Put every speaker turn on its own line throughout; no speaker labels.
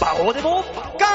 バオデモガーさ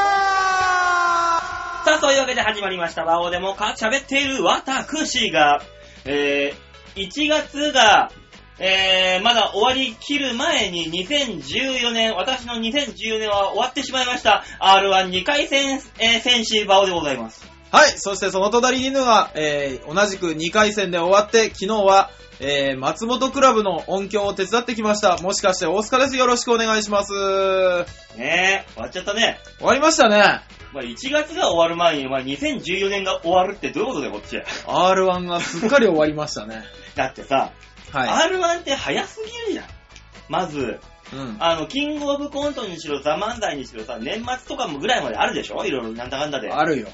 あ、そういうわけで始まりました。バオデモか喋っている私が、えー、1月が、えー、まだ終わりきる前に2014年、私の2014年は終わってしまいました。R12 回戦、えー、戦士バオでございます。
はい、そしてその隣にいるのは、えー、同じく2回戦で終わって、昨日は、えー、松本クラブの音響を手伝ってきました。もしかして大塚です。よろしくお願いします。終
ねえ、終わっちゃったね。
わりましたね。
まあ、1月が終わる前に、まあ、2014年が終わるってどういうことだよ、こっち。
R1 がすっかり終わりました ね。
だってさ、
は
R1 って早すぎるじゃん。まず、
い。うん。
あの、キングオブコントにしろ、ザ・漫才にしろさ、年末とかもぐらいまであるでしょいろいろなんだかんだで。
あるよ。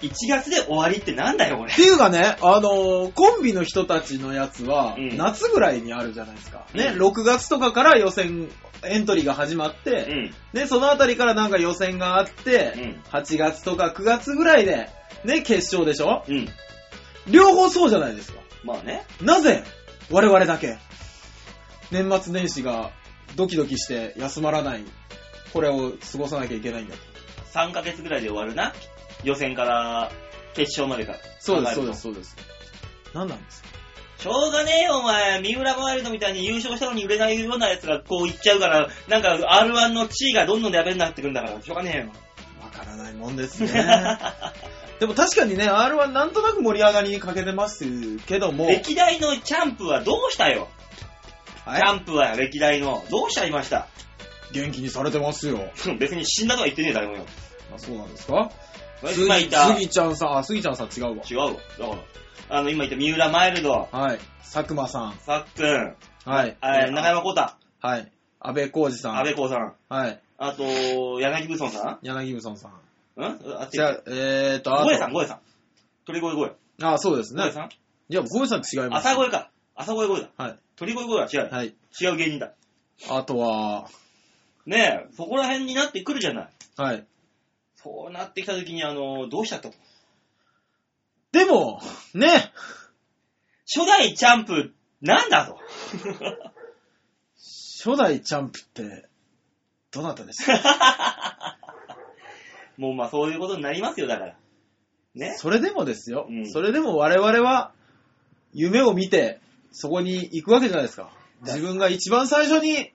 1月で終わりってなんだよ、これ
っ。ていうかね、あのーコンビの人たちのやつは、
うん
夏ぐらいにあるじゃないですか。ね、
うん
6月とかから予選、エントリーが始まって、
うん。
で、そのあたりからなんか予選があって、
うん
8月とか9月ぐらいで、ね、決勝でしょ
うん。
両方そうじゃないですか。
まあね。
なぜ、我々だけ、年末年始がドキドキして休まらない、これを過ごさなきゃいけないんだと。
3ヶ月ぐらいで終わるな。予選から決勝までが。
そうです、そうで
考
す、そうです。何なんですか
えるとしょうがねえよ、お前。三浦ワイルドみたいに優勝したのに売れないようなやつがこう行っちゃうから、なんか R1 の地位がどんどんやべになってくるんだから、しょうがねえよ。
わからないもんです ね。でも確かにね、R1 なんとなく盛り上がりに欠けてますけども、
歴代のチャンプはどうしたよ
は
チ
い
ャンプは歴代の、どうしちゃいました
元気にされてますよ。
別に死んだとは言ってねえ、誰もよ。
あそうなんですかす
今言った、違
ぎちゃんさん、あ、すぎちゃんさん違うわ。
うわ。だから、あの、今言った三浦マイルド、
はい。佐久間さ
さっくん、
ん。はい。
あ
ね
中山浩太、
はい。安倍浩二さん。
安部浩さん、
はい。
あと、柳武尊さ
柳武さんさん。
んんあっち
じゃあ、えーと、あと
ゴエさん、ゴエさん。鳥越ゴエ。
あ、そうです
ゴエ
ね。
さん
いや、ゴエさん違います。
朝声か。朝声声だ。
はい。
鳥越声は違う。
はい。
違う芸人だ。
あとは、
ねえ、そこら辺になってくるじゃない。
はい。
そうなってきた時に、あの、どうしちゃったと。
でも、ね、
初代チャンプ、なんだと。
初代チャンプって、どなたでした
もうまあそういうことになりますよ、だから。ね。
それでもですよ、
うん
それでも我々は、夢を見て、そこに行くわけじゃないですか。自分が一番最初に、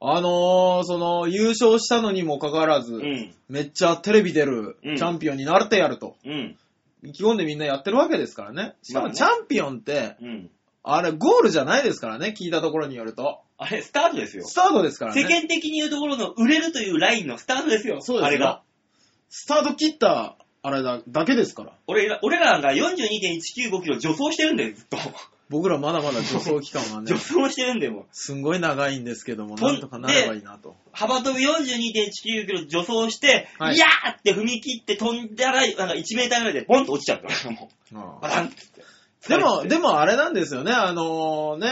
あのー、その、優勝したのにもかかわらず、
うん。
めっちゃテレビ出る、
うん
チャンピオンになってやると。
うん。
意気込んでみんなやってるわけですからね。しか
まあ
も
ね
チャンピオンって、
うん。
あれゴールじゃないですからね、聞いたところによると。
あれ、スタートですよ。
スタートですからね。
世間的に言うところの売れるというラインのスタートですよ。
そうですよ
あれが。
スタート切った、あれだ、だけですから。
俺ら、俺らが42.195キロ助走してるんだよ、ずっと。
僕らまだまだ助走期間はね
助、走してるんだよ、もう。
すんごい長いんですけども、
とん
なんとかなればいいなと。
幅跳び42.19キロ助走して、
はい
いやーって踏み切って飛んだら、なんか1メーターぐらいでボンと落ちちゃったから、もう。バ
ああ
タンって言って。
でも、でもあれなんですよね、あのね、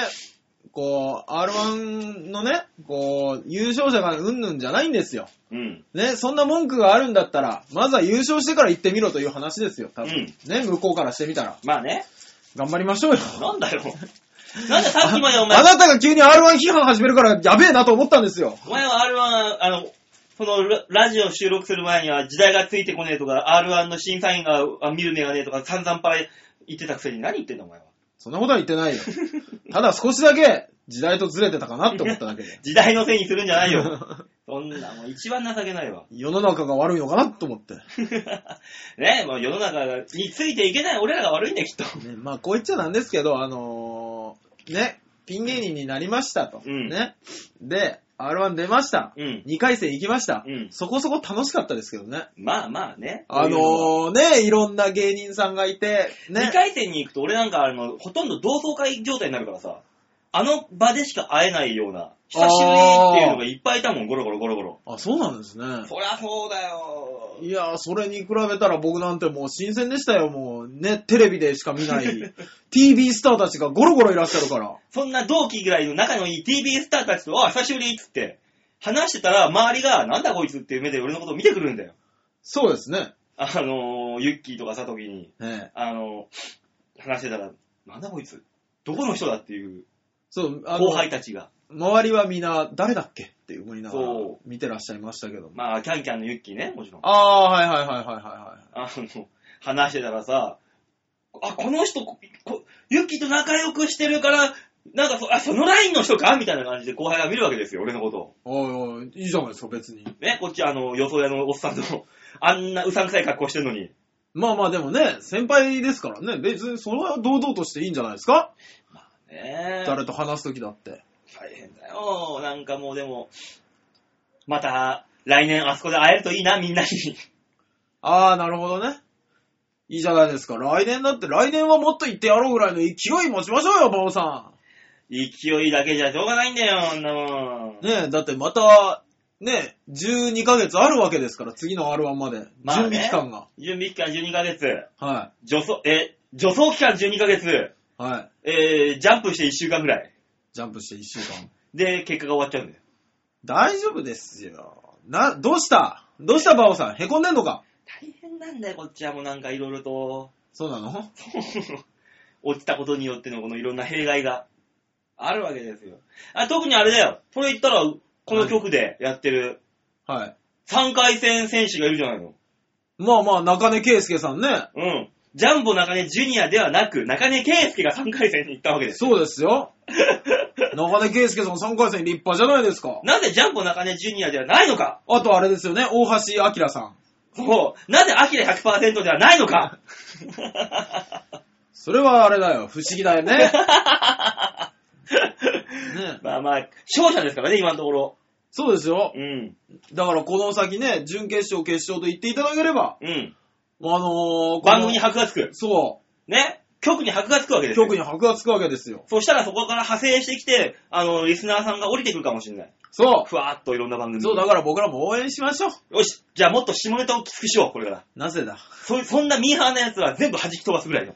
こう、R1 のね、こう、優勝者がうんぬんじゃないんですよ。
うん。
ね、そんな文句があるんだったら、まずは優勝してから行ってみろという話ですよ、多分。ね、向こうからしてみたら。
まあね。
頑張りましょうよ。
なん だよ。なんでさっきまでお前
あ、なたが急に R1 批判始めるからやべえなと思ったんですよ。
お前は R1、あの、そのララジオ収録する前には時代がついてこねえとか、R1 の審査員があ見る目がねえとか散々パラ言ってたくせに何言ってんだお前は。
そんなことは言ってな いよ。ただ少しだけ時代とずれてたかなって思っただけで。
時代のせいにするんじゃないよ。 そんなもう一番情けないわ。
世の中が悪いのかなと思って。
ねえ、もう世の中についていけない俺らが悪いんだよ、きっと。
ね、まあこう言っちゃなんですけど、あのーね、ピン芸人になりましたと。
うん
ね。で、R1 出ました。
うん
2回戦行きました、
うん
そこそこ楽しかったですけどね。
まあまあね。
あのー、ね、いろんな芸人さんがいて、
2
ね。
回戦に行くと俺なんかあの、ほとんど同窓会状態になるからさ、あの場でしか会えないような、久しぶりっていうのがいっぱいいたもん、ゴロゴロゴロゴロ。
あ、そうなんですね。
そりゃそうだよ。
いやー、それに比べたら僕なんてもう新鮮でしたよ、もう。ね、テレビでしか 見ない。TV スターたちがゴロゴロいらっしゃるから。
そんな同期ぐらいの仲のいい TV スターたちと、あ、久しぶりっつって、話してたら、周りが、なんだこいつっていう目で俺のことを見てくるんだよ。
そうですね。
あのー、ユッキーとかさときに、
ね
あのー、話してたら、なんだこいつどこの人だっていう
そう、あの
後輩たちが。
周りはみんな、誰だっけっていうふうにながら
そう
見てらっしゃいましたけども。
まあ、キャンキャンのユッキーね、もちろん。あ
ああ、はいはいはいはいはいはい。
の、話してたらさ、あ、この人、ここユッキーと仲良くしてるから、なんかそ、あ、そのラインの人かみたいな感じで後輩が見るわけですよ、俺のことを。
おいおい、いいじゃないですか、別に。
ね、こっちあの、予想屋のおっさんの、 あんなうさんくさい格好してるのに。
まあまあでもね、先輩ですからね、別にそれは堂々としていいんじゃないですか、
ねえ。
誰と話すときだって。
大変だよ。なんかもうでも、また、来年あそこで会えるといいな、みんなに。
ああ、なるほどね。いいじゃないですか。来年だって、来年はもっと行ってやろうぐらいの勢い持ちましょうよ、馬王さ
勢いだけじゃしょうがないんだよ、あんなもん
ん。。ねえ、だってまた、ねえ、12ヶ月あるわけですから、次の R1 まで。
まあね
準備期間が。
準備期間12ヶ月。
は
助走、え、助走期間12ヶ月。
い。はい。
えー、ジャンプして1週間ぐらい。
ジャンプして1週間。
で、結果が終わっちゃうんだよ。
大丈夫ですよ。な、どうしたどうした、馬王さん。へこんでんのか
大変なんだよ、こっちはもうなんかいろいろと。
そうなの
落ちたことによってのこのいろんな弊害があるわけですよ。あ特にあれだよ。それ言ったら、この局でやってる
はい。
3回戦選手がいるじゃないの。
まあまあ、中根圭介さんね。
うん。ジャンボ中根ジュニアではなく、中根圭介が3回戦に行ったわけです。
そうで すよ。中根圭介さん3回戦立派じゃないですか。
なぜジャンボ中根ジュニアではないのか
あとあれですよね、大橋明さん。
そう。なぜアキラ100%ではないのか
それはあれだよ、不思議だよね。 ね
まあまあ、勝者ですからね、今のところ。
そうですよ。
うん。
だからこの先ね、準決勝、決勝と言っていただければ、
うん。
あのーこの
番組に箔がつく。
そ
ね。局に箔がつくわけ
う、
ですよ。
局に箔がつくわけですよ。
そしたらそこから派生してきて、あの、リスナーさんが降りてくるかもしれない。
そ
ふわーっといろんな番
う、
組。
そう、だから僕らも応援しましょう。
よし、じゃあもっと下ネタをきつくしよう、これから。
なぜだ
そ、そんなミーハーなやつは全部弾き飛ばすぐらいの。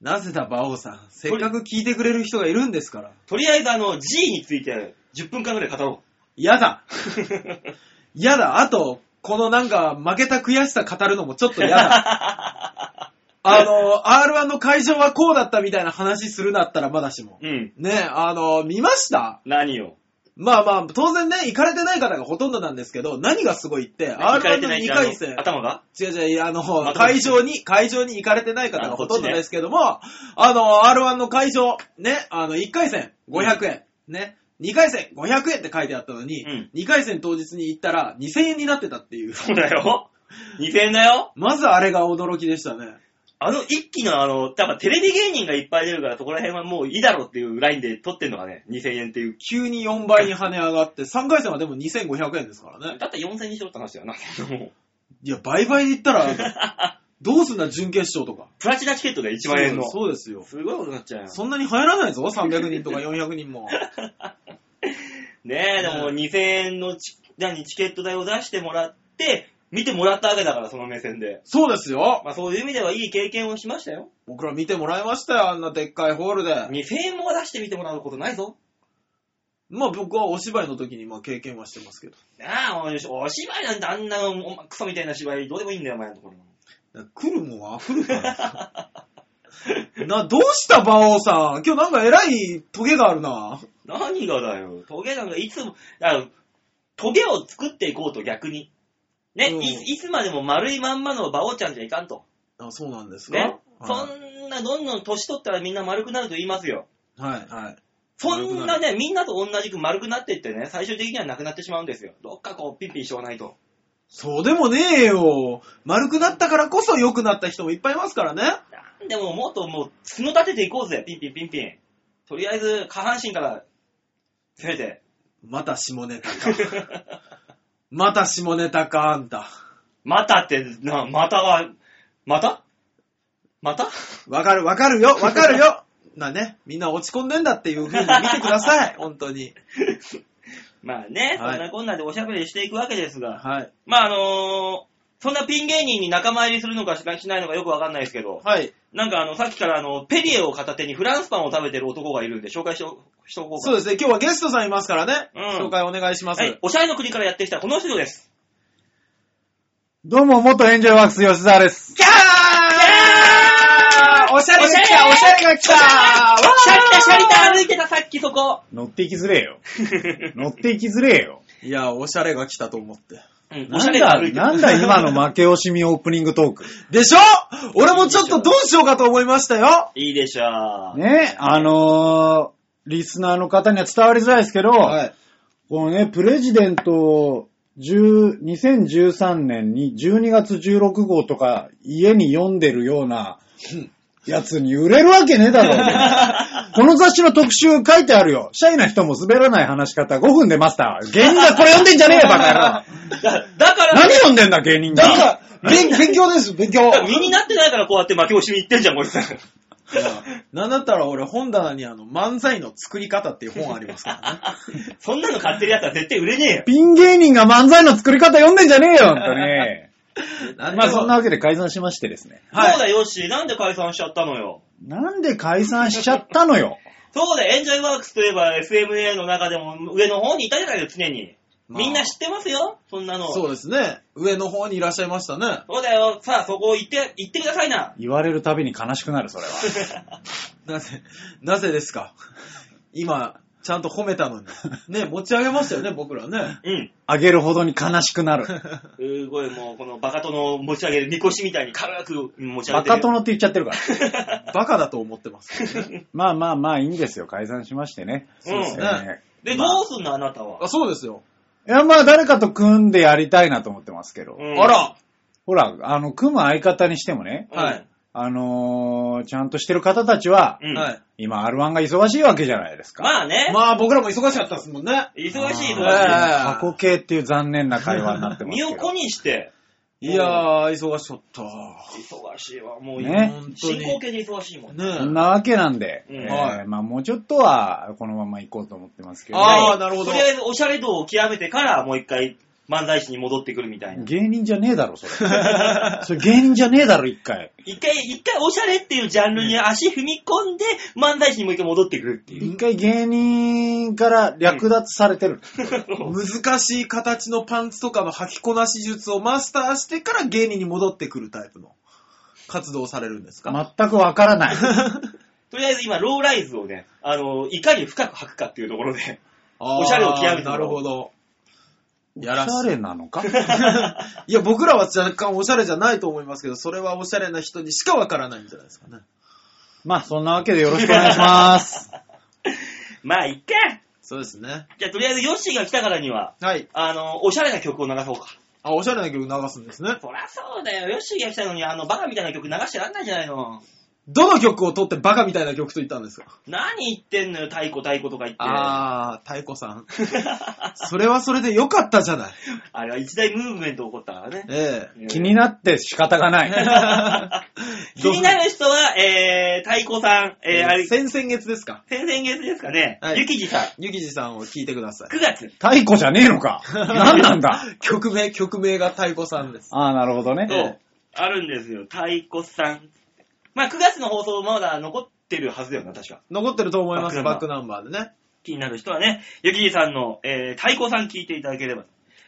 なぜだ、馬王さん。せっかく聞いてくれる人がいるんですから。
とりあえずあの、G について10分間ぐらい語ろ
嫌だ
う。
嫌だあと、このなんか、負けた悔しさ語るのもちょっと 嫌だ。あの、R1 の会場はこうだったみたいな話するなったらまだしも。
うん。
ねえ、あの、見ました
何を。
まあまあ、当然ね、行かれてない方がほとんどなんですけど、何がすごいって、
行かれ
R1
て
の
ない
2
じゃん
回戦、
頭が
違う違う、あの、
また
会場に、会場に行かれてない方がほとんどですけども、あの、R1 の会場、ね、あの、1回戦500円、ね、2回戦500円って書いてあったのに、
うん
2回戦当日に行ったら2000円になってたっていう。
そうだよ。2000円だよ。
まずあれが驚きでしたね。
あの一期のあの、多分テレビ芸人がいっぱい出るからそこら辺はもういいだろうっていうラインで撮ってんのがね、2000円っていう。
急に4倍に跳ね上がって、3回戦はでも2500円ですからね。
だったら4000にしろって話だよな。もう
いや、倍々で言ったら、 どうすんだ、準決勝とか。
プラチナチケットで1万円の。
そうですよ。
すごいことになっちゃうよ。
そんなに流行らないぞ、300人とか400人 も。
ねえ、でも
うん
2000円のチ何チケット代を出してもらって、見てもらったわけだから、その目線で。
そうですよ。
まあそういう意味ではいい経験をしましたよ。
僕ら見てもらいましたよ、あんなでっかいホールで。
2000円も出してみてもらうことないぞ。
まあ僕はお芝居の時にまあ経験はしてますけど。
なあ、おお芝居なんてあんなお前クソみたいな芝居どうでもいいんだよ、お前のところ。
だから来るもんは来るから。 な、どうした、馬王さん。今日なんか偉いトゲがあるな。
何がだよ。トゲなんかいつも、だからトゲを作っていこうと逆に。ね、
うん
いついつまでも丸いまんまの馬王ちゃんじゃいかんと。
あそうなんですか、
ね。そ
は
んな、どんどん年取ったらみんな丸くなると言いますよ。
い、はい、はい。
そんなね、みんなと同じく丸くなっていってね、最終的にはなくなってしまうんですよ。どっかこう、ピンピンしておかないと。
そうでもねえよ。丸くなったからこそ良くなった人もいっぱいいますからね。
なんでももっともう、角立てていこうぜ、ピンピンピンピン。とりあえず、下半身から、せめ て。
また下ネタか。また下ネタか、あんた。
またって、な、または、またまた
わかる、わかるよ、わかるよ。なね、みんな落ち込んでんだっていう風に見てくださ い、本当に。
まあね、
はい
そんなこんなでおしゃべりしていくわけですが。
はい。
まああのーそんなピン芸人に仲間入りするのかししないのかよくわかんないですけど、
はい。
なんかあの、さっきからあの、ペリエを片手にフランスパンを食べてる男がいるんで、紹介しておしとこうかな
そうですね、今日はゲストさんいますからね。
うん
紹介お願いします。
はい、おしゃれの国からやってきたこの人です。
どうも、元エンジョイワークス吉沢です。
キャーおしゃれが来たおしゃれが来た
おしゃれが来たシャリで歩いてた、さっきそこ。
乗っていきづれえよ。乗っていきづれえよ。
いや、おしゃれが来たと思って。
うん、おしゃ
な
れ
ん
で
だ、
歩いてた。
なんだ今の負け惜しみオープニングトーク。
でしょ俺もちょっとどうしようかと思いましたよ。
いいでしょう。
ね、あのー、リスナーの方には伝わりづらいですけど、
はい。
このね、プレジデント10 2013年に12月16号とか家に読んでるようなやつに売れるわけねえだ ろ。この雑誌の特集書いてあるよ。シャイな人も滑らない話し方5分でマスター。芸人がこれ読んでんじゃねえよ、バカ野
だだから、
郎。何読んでんだ、芸人が。
だから、勉勉強です、勉 強。
身になってないからこうやって負け惜しみ言ってんじゃん、森さん。
いやなんだったら俺本棚にあの漫才の作り方っていう本ありますからね。
そんなの買ってるやつは絶対売れねえよ。
ピン芸人が漫才の作り方読んでんじゃねえよ、ほんとね。まあそんなわけで解散しましてですね。
はい
そうだよ、ヨッシー。なんで解散しちゃったのよ。
なんで解散しちゃったのよ。
そうだよ、エンジョイワークスといえば SMA の中でも上の方にいたじゃないよ、常に。
まあ
みんな知ってますよ、そんなの。
そうですね。上の方にいらっしゃいましたね。
そうだよ、さあそこ行って、行ってくださいな。
言われるたびに悲しくなる、それは。
なぜ、なぜですか今、ちゃんと褒めたのに。ね、持ち上げましたよね、僕らね。
うん。
あげるほどに悲しくなる。
すごいもう、このバカ殿を持ち上げる、みこしみたいに軽く持ち上
バ
げてる。
カ殿って言っちゃってるから。
バカだと思ってます。
まあまあまあいいんですよ。解散しましてね。
そうです
ね
え
で、ど
まあ
うすんの、あなたは。
あ、そうですよ。
えいやまあ誰かと組んでやりたいなと思ってますけど。
うん
あら、
ほら、あの、組む相方にしてもね、
うん
はい。
あのーちゃんとしてる方たちは、
うん。
はい。
今 R1 が忙しいわけじゃないですか。
まあね、
まあ僕らも忙しかったですもんね。
忙しい、
ね
忙し
過去形っていう残念な会話になって
い。
ます
身
けど。
を粉にして、
いやー、忙しかった。
忙しいわ、もう、
ね
本当
進
に。
行形で忙しいもん。
そん
ね
なわけなんで、
うん
えー
はい
まあもうちょっとはこのまま行こうと思ってますけど、
あーなるほど
とりあえず、おしゃれ度を極めてから、もう一回、漫才師に戻ってくるみたいな。
芸人じゃねえだろ、それ。それ芸人じゃねえだろ、一回。
一回、一回、おしゃれっていうジャンルに足踏み込んで、漫才師にもう一回戻ってくるっていう。
一回芸人から略奪されてる。
難しい形のパンツとかの履きこなし術をマスターしてから芸人に戻ってくるタイプの活動をされるんですか、
全くわからない。
とりあえず今、ローライズをね、あの、いかに深く吐くかっていうところで。
あー
おしゃれを極めてもらおう
なるほど。
おし
やらしい
ゃれなのか
いや、僕らは若干おしゃれじゃないと思いますけど、それはおしゃれな人にしかわからないんじゃないですかね。
まあ、そんなわけでよろしくお願いします。
まあ、いっか
そうですね。
じゃあ、とりあえず、ヨッシーが来たからには、
はい。
あの、おしゃれな曲を流そうか。
あ、おしゃれな曲流すんですね。
そりゃそうだよ。ヨッシーが来たのに、あの、バカみたいな曲流してらんないじゃないの。
どの曲を取ってバカみたいな曲と言ったんですか
何言ってんのよ、太鼓太鼓とか言って。
あー、太鼓さん。それはそれでよかったじゃない。
あれは一大ムーブメント起こったからね。
ええ。
気になって仕方がない。
気になる人は、えー、太鼓さん、えー、あれ、先
先々月ですか。
々月ですかね、
はい
ゆきじさん、
ゆきじさんを聞いてください。
9月。
太鼓じゃねえのか。何なんだ。
曲名、曲名が太鼓さんです。
ああ、なるほどね。
そう、あるんですよ、太鼓さん。まあ、9月の放送まだ残ってるはずだよな、確か。
残ってると思います、
バ
バ
ッ
ッ
ク
クナンバーでね。
気になる人はね、ゆきじさんの、えー、太鼓さん聞いていただければ。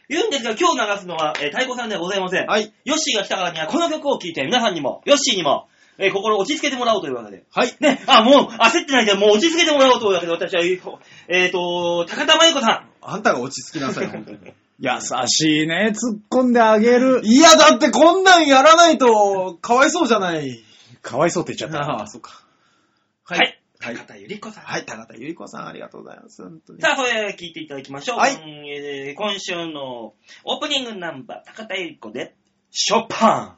言うんですが、今日流すのは、えー、太鼓さんではございません。
はい。
ヨッシーが来たからには、この曲を聴いて、皆さんにも、ヨッシーにも、えー心を落ち着けてもらおうというわけで。
はい。
ね、あ、もう、焦ってないで、もう落ち着けてもらおうというわけで、私は、えっ、えーと、高田真由子 さん。
あんたが落ち着きなさい、本当に。
優しいね。突っ込んであげる。
いや、だってこんなんやらないと、かわいそうじゃない。
かわいそうって言っちゃった。
あ、そっか。
は
は
い。
はい
高田ゆり子さん。
はい、高田ゆり子さん、ありがとうございます。本当に。
さあ、それ聞いていただきましょう。
はい
うんえー今週のオープニングナンバー、高田ゆり子で、ショパ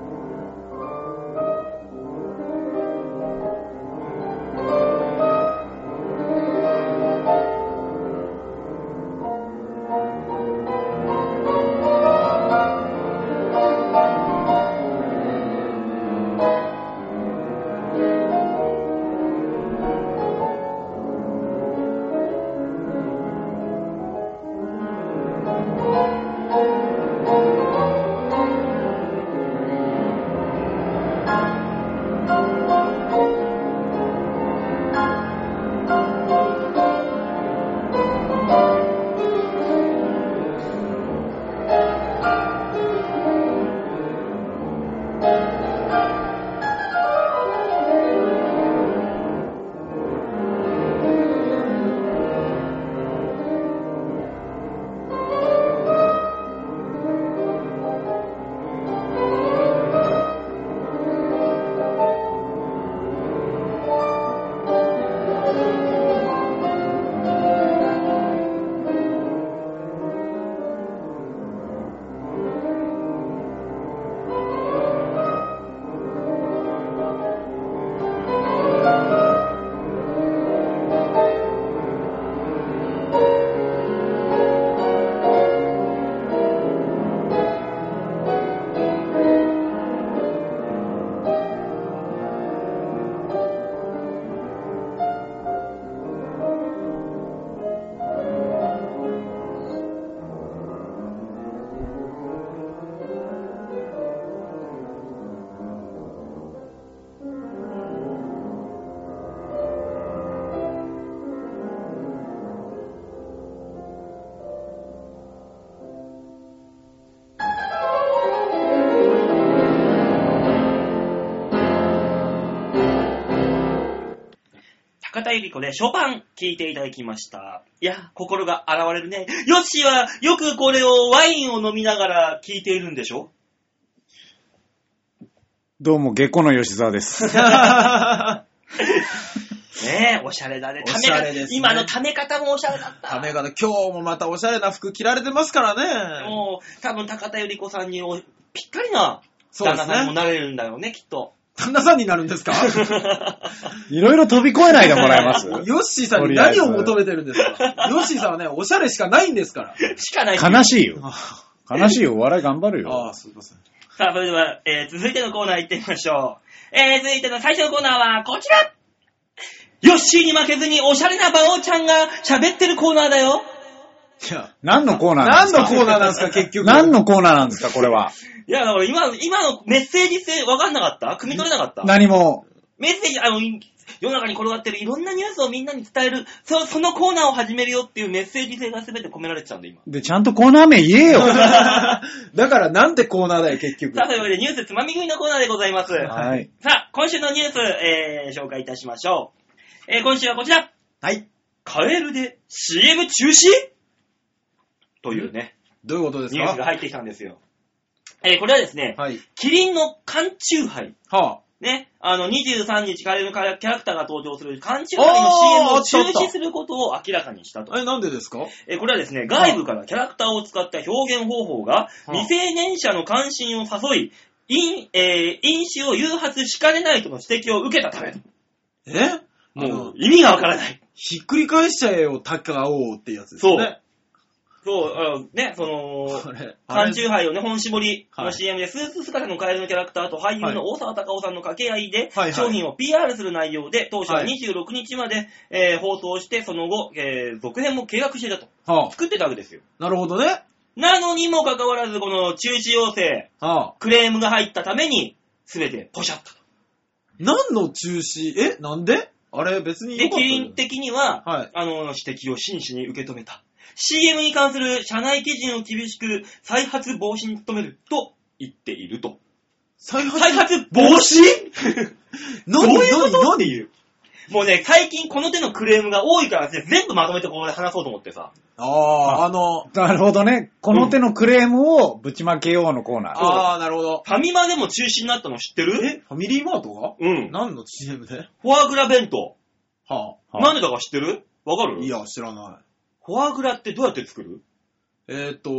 「
博多ゆり子でショパン聞いていただきました。いや、心が洗われるね。ヨッシーはよくこれをワインを飲みながら聞いているんでしょ
どうも、下戸の吉沢です。
ねえ、おしゃれだね。
おしゃれですね
今のため方もおしゃれだった。
ため方、今日もまたおしゃれな服着られてますからね。
もう、多分高田由里子さんにおぴったりな
そう
旦
で
那
す
さんにも
ね。
なれるんだよね、きっと。
旦那さんになるんですか
いろいろ飛び越えないでもらえます
ヨッシーさんに何を求めてるんですかヨッシーさんはね、おしゃれしかないんですから。
しかない。
悲しいよ。
あ
悲しいよ。お笑い頑張る
ああ
よ
あ、。すいません。
さあ、それでは、えー続いてのコーナー行ってみましょう。えー続いての最初のコーナーはこちらヨッシーに負けずにおしゃれな馬王ちゃんが喋ってるコーナーだよ。
いや、
何のコーナーなん
何
ですか
のコーナーなんですか、結局。
何のコーナーなんですか、これは。
いや、だから今の、今のメッセージ性分かんなかった汲み取れなかった
何も。
メッセージ、あの、い世の中に転がってるいろんなニュースをみんなに伝える、そそのコーナーを始めるよっていうメッセージ性が全て込められてたんで、今。
で、ちゃんとコーナー名言 え よ。
だからなんてコーナーだよ、結局
さ。あ、というわけでニュースつまみ食いのコーナーでございます。
はい。
さあ、今週のニュース、えー、紹介いたしましょう。えー、今週はこちら。
はい。
カエルで CM 中止というね、
どういうことです
ニュースが
か
入ってきたんですよ。えー、これはですね、
はい。
キリンの缶中杯。
は
ね、あの、23日カエルのキャラキャラクターが登場する缶中
あ
杯
ー
の CM を中
ちょっ
止
と
することを明らかにしたと
あ。。え、なんでですか
えーこれはですね、外部からキャラクターを使った表現方法が、
うん
未成年者の関心を誘い、飲、えー飲酒を誘発しかねないとの指摘を受けたため、
え
も
あの
う意味がわからない。
ひっくり返しちゃえよ、高尾ってやつですね。
そう、あのね、そ
あ
の、
れ。あ
缶
れ
中杯をね、本絞りの
はい
CM で、スーツ姿のカエルのキャラクターと俳優の大沢たかおさんの掛け合いで
はいは、い
商品を PR する内容で、当初は
はい
26日まで、えー放送して、その後、えー続編も計画していたと。
はあ、
作ってたわけですよ。
なるほどね。
なのにもかかわらず、この中止要請、
はあ、
クレームが入ったために、すべてポシャったと。
何の中止えなんであれ別に
で、
良か
キ
ったよ
リン的には、
はい。
あの、指摘を真摯に受け止めた。CM に関する社内基準を厳しく再発防止に努めると言っていると。
再発
再発防止
何
どういうこと
何何言う
もうね、最近この手のクレームが多いからね、全部まとめてここで話そうと思ってさ。
ああ、あの、
なるほどね。この手のクレームをぶちまけようのコーナー。
ああ、なるほど。
ファミマでも中止になったの知ってる
えファミリーマートが
うん。
何の CM で
フォアグラ弁当。
は
はい
なんでだか知ってるわか
あ。
る
いや、知らない。
フォアグラってどうやって作る
えっ、と、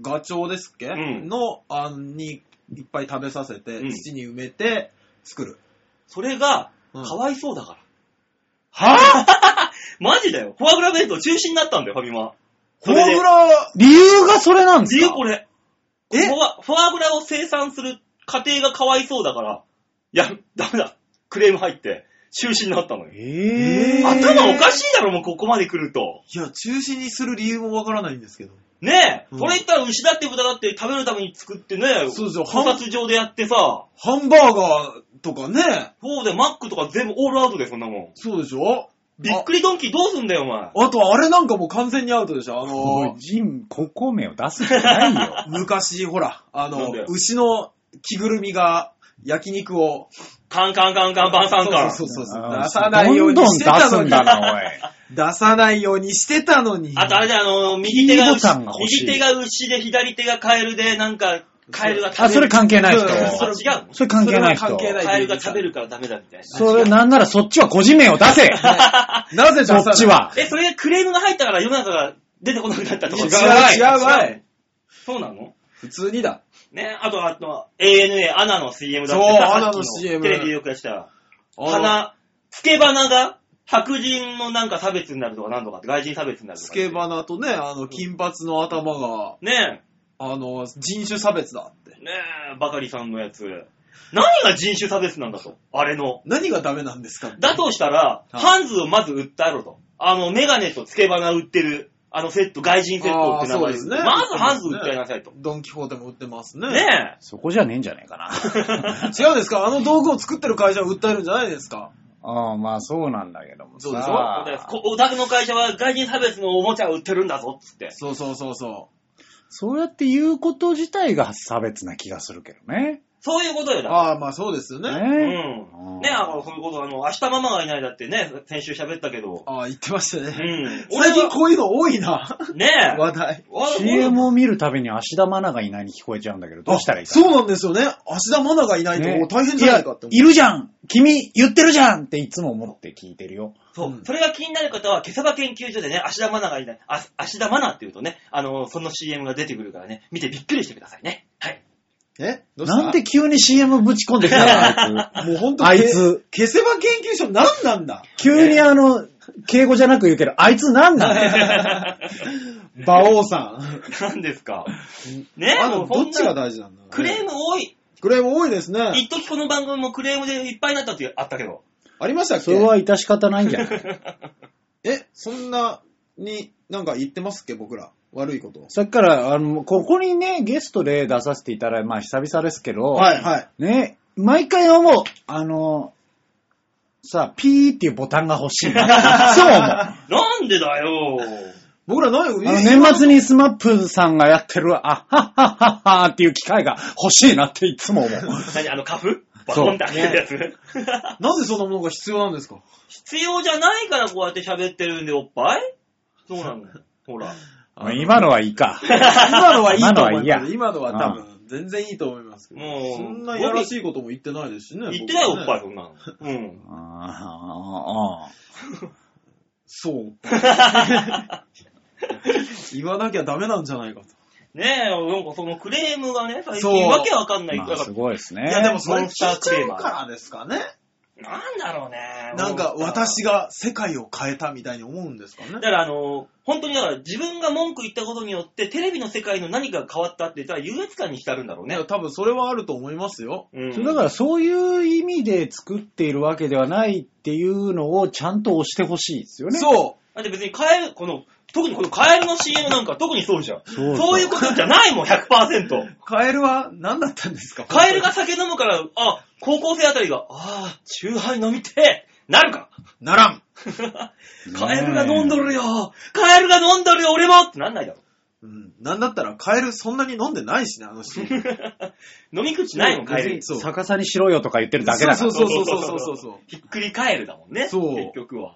ガチョウですっけ、
うん
の、あんにいっぱい食べさせて、
うん
土に埋めて、作る。
それが、
うん
かわいそうだから。
はぁ
マジだよ。フォアグラ弁当中止になったんだよ、ファミマ。
フォアグラ、
理由がそれなんです
理由
か
これ。フ
え
ォアフォアグラを生産する過程がかわいそうだから、いや、ダメだ。クレーム入って、中止になったのよ。
え
えー
頭おかしいだろ、もうここまで来ると。
いや、中止にする理由もわからないんですけど。
ねえ、
うん
それ言ったら牛だって豚だって食べるために作ってね、
そうですよ
捕殺場でやってさ、
ハンバーガーとかね、
そうでマックとか全部オールアウトでそんなも
そうでしょ
ん。びっくりドンキーどうすんだよ、お前。
あと、あれなんかもう完全にアウトでしょあ
おい
の、。
ジン、ここ名を出すんじゃないよ
昔、ほら、あ
なん
の
だよ、
牛の着ぐるみが焼肉を、
カンカンカンカンバンサンカン。
そうそうそうそう。
あ
出さないようにしてたの
どんどん出すん
に。
だな、
出さないようにしてたのに。
あとあれだよ、あの、右手が
右ボ
牛
タンが、欲しい
右手が牛で左手がカエルで、なんか、カエルが食べ
おい。あ、それ関係ない人。
そ
うん
れ違うの
それ関係ない人
それは関係ない
カエルが食べるからダメだみたいな。
それなんならそっちは個人名を出 せ
なぜ出さ
そ
ない
っちは。
え、それでクレームが入ったから世の中が出てこなくなったとか
違うわい違うわい。
そうなの
普通にだ。
ね、あと、あと、ANA、アナの CM だって
そう
さ
アナ
さっ
の
き
CM
テレビでよくやってた。
あの、
花、つけ花が白人のなんか差別になるとかなんとかって、外人差別になるとか。
スケ。バナとね、あの、金髪の頭が、
ね
あの、人種差別だって。
え、ねえ、バカリさんのやつ。何が人種差別なんだと。あれの。
何がダメなんですか
だとしたら、
はい
ハンズをまず訴えろと。あの、メガネとつけ花売ってる、あのセット、外人セットって名前
あーそうですね
まずハンズ訴えなさいと。
ドンキホーテも売ってますね。
ねえ。
そこじゃねえんじゃないかな。
違うんですかあの道具を作ってる会社を訴えるんじゃないですか
ああ、まあそうなんだけどもさ。
そうでしょ
そうですこお宅の会社は外人差別のおもちゃを売ってるんだぞ、つって。
そうそうそうそ
そうやって言うこと自体が差別な気がするけどね。
そういうことよ
う。
だ。
ああ、まあそうですよね。
うん。
ね
ね、な、こういうこと、あの、明日ママがいないだってね、先週喋ったけど。
ああ、言ってました
う
ね。
ん。俺
最近
は、
こういうの多いな。
ねえ。
話題。
わ
CM を見るたびに芦田愛菜がいないに聞こえちゃうんだけど、どうしたらいいか。
そうなんですよね。芦田愛菜がいないと
ね
もう大変じゃないかって思う。
いやいるじゃん君言ってるじゃんっていつも思って聞いてるよ。
そう、
うん
それが気になる方は、ケサバ研究所でね、芦田愛菜がいない、あ芦田愛菜って言うとね、あの、その CM が出てくるからね、見てびっくりしてくださいね。はい。
えどうした
なんで急に CM ぶち込んできたのあい
もうほんと、
あいつ
け。消せば研究所何なんだ
つ。急にあの、敬語じゃなく言うけど、あいつなん なんだ
馬王さん。
何ですか。ね
あ
も
の、
うこんな
どっちが大事なんだろうね
クレーム多い。
クレーム多いですね。
一時この番組もクレームでいっぱいになったってあ ったけど。
ありましたっ
それは
け
致し方ないんじゃない
え、そんなになんか言ってますっけ僕ら。悪いこと。
さっきから、あの、ここにね、ゲストで出させていただいて、まあ久々ですけど、
はい、はい。
ね、毎回思う。あの、さ、ピーっていうボタンが欲しいな。そう思う。
なんでだよ
僕ら何を
あの年末にスマップさんがやってる、あはっはっはっはっていう機会が欲しいなっていつも思う。
何あの、カフバ
そう
コンって開けるやつ、
なぜそんなものが必要なんですか
必要じゃないからこうやって喋ってるんで、おっぱいそう なの。ほら。
まあ今のはいいか。
今のはいいと思います。
今
今のは多分、全然いいと思いますけど。
もう
そんないやらしいことも言ってないですしね。
言ってないよ、
僕
おっ
は
ぱい、そ
ね
ん なの。うん。
あああ
そう。言わなきゃダメなんじゃないかと。
ねえ、なんかそのクレームがね、最
そう
近わけわかんない。
まあすごいですね。
いやでもそ
モ
れ
ンスタ
聞
ー
いち
クレ
ゃ
ー
う
マー
からですかね。
なんだろうね。
なんか私が世界を変えたみたいに思うんですか
だ
ね。
からあの、本当にだから自分が文句言ったことによって、テレビの世界の何かが変わったって言ったら優越感に浸るんだろう
い
ね
や。多分それはあると思いますよ。
うん
そうだからそういう意味で作っているわけではないっていうのをちゃんと押してほしいですよね。
そう。
だって別にカエル、この、特にこのカエルの CM なんか特にそうじゃん。
そうそう
そういうことじゃないもん、100%。
カエルは何だったんですか
カエルが酒飲むから、あ、高校生あたりが、ああ、チューハイ飲みてえ、なるか。
ならん。
カエルが飲んどるよ。カエルが飲んどるよ、俺もってなんないだろ。
うん。なんだったらカエルそんなに飲んでないしね、あ のシーン。
飲み口ないもん、カエル。
そう。
逆さにしろよとか言ってるだけだから。
そうそうそうそうそうそう
ひっくり返るだもんね。
そう
結局は。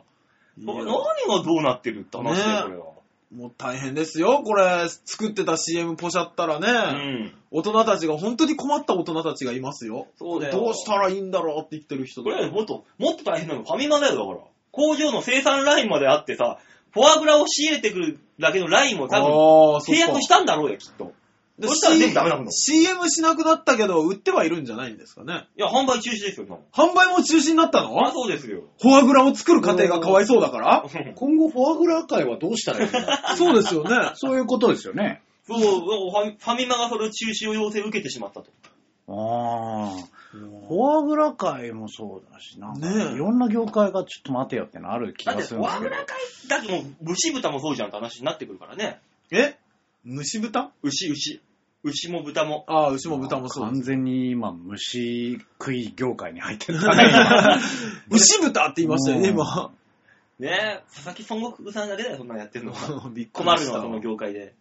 いや
何がどうなってるって話だよ、
ね
こ
もう大変ですよ。これ、作ってた CM ポシャったら
れは。う
ね、
ん。
大人たちが、本当に困った大人たちがいますよ。
そうだよ。
どうしたらいいんだろうって言ってる人
これもっと、もっと大変なの。ファミマだよ、だから。工場の生産ラインまであってさ、フォアグラを仕入れてくるだけのラインも多分、
ああ、そ
契約したんだろうよ、きっと。
で
そしたら全部ダメなもの
CM しなくなったけど、売ってはいるんじゃないんですかね。
いや、販売中止ですよ、今。
販売も中止になったの
あ、そうですよ。
フォアグラを作る過程がかわいそうだから
今後フォアグラ界はどうしたらいいんだ
そうですよね。
そういうことですよね。
そう、ファミファミマがそれを中止を要請受けてしまったと。
ああ。フォアグラ界もそうだし、なんか
ねえ
いろんな業界がちょっと待てよってのある気
だっ
が
て、
す
フ
るん
ォ
です
ア
け
グ
ど。
ラ会だってもう、牛豚もそうじゃんって話になってくるからね。
え虫豚
牛、牛。牛も豚も。
ああ、牛も豚もそう
完全に今、虫食い業界に入ってるか
です
ら、ね。
牛豚って言いましたよね、
うん
今。
ねえ、佐々木孫悟空さんだけだよ、そんなのやって るのは。
びっくり
困る
し
の
た
は、その業界で。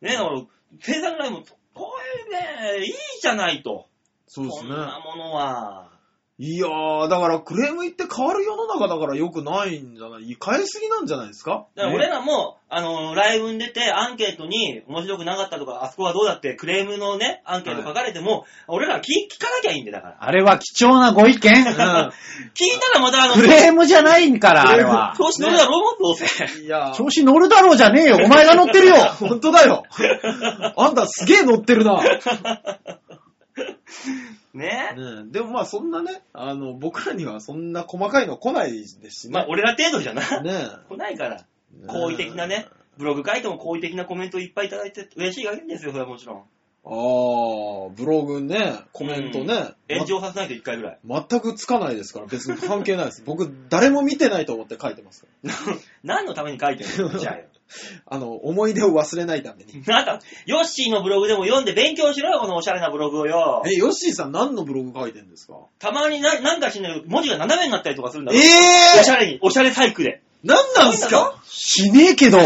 ねえ、だから、生産ラインも、これね、いいじゃないと。
そうです
こん
ね。
なものは。
いやー、だからクレーム言って変わる世の中だから良くないんじゃない変えすぎなんじゃないですか
だから俺らも、あの、ライブに出てアンケートに面白くなかったとか、あそこはどうだってクレームのね、アンケート書かれても、俺ら聞聞かなきゃいいんで、だから。
あれは貴重なご意見。
聞いたらまたあの、
フレームじゃないんから、あれ は。
調子乗るだろうもん、どうせ。
いやー
調、子乗るだろうじゃねえよ。お前が乗っ てるよ。
ほんとだよ。あんたすげえ乗ってるな。ね
ね
えでもまあそんなね、あの、僕らにはそんな細かいの来ないですし
まあ
ね。、
俺ら程度じゃな。
ね
来ないから。
え
好意的なね。ブログ書いても好意的なコメントいっぱいいただいて嬉しいわけですよ、それはもちろん。
ああ、ブログね、コメントね、
炎上させないと一回ぐらい。
ま全くつかないですから、別に関係ないです。僕、誰も見てないと思って書いてますか
何のために書いてるのじゃあよ。
らあの、思い出を忘れないために。
なんか、ヨッシーのブログでも読んで勉強しろよ、このおしゃれなブログをよ。
え、ヨッシーさん何のブログ書いてんですか
たまにな、なんかしんないけど、文字が斜めになったりとかするんだ
え
ろ。おし
え
ゃれに、おしゃれ細工で。
何なんすか
しねえけど。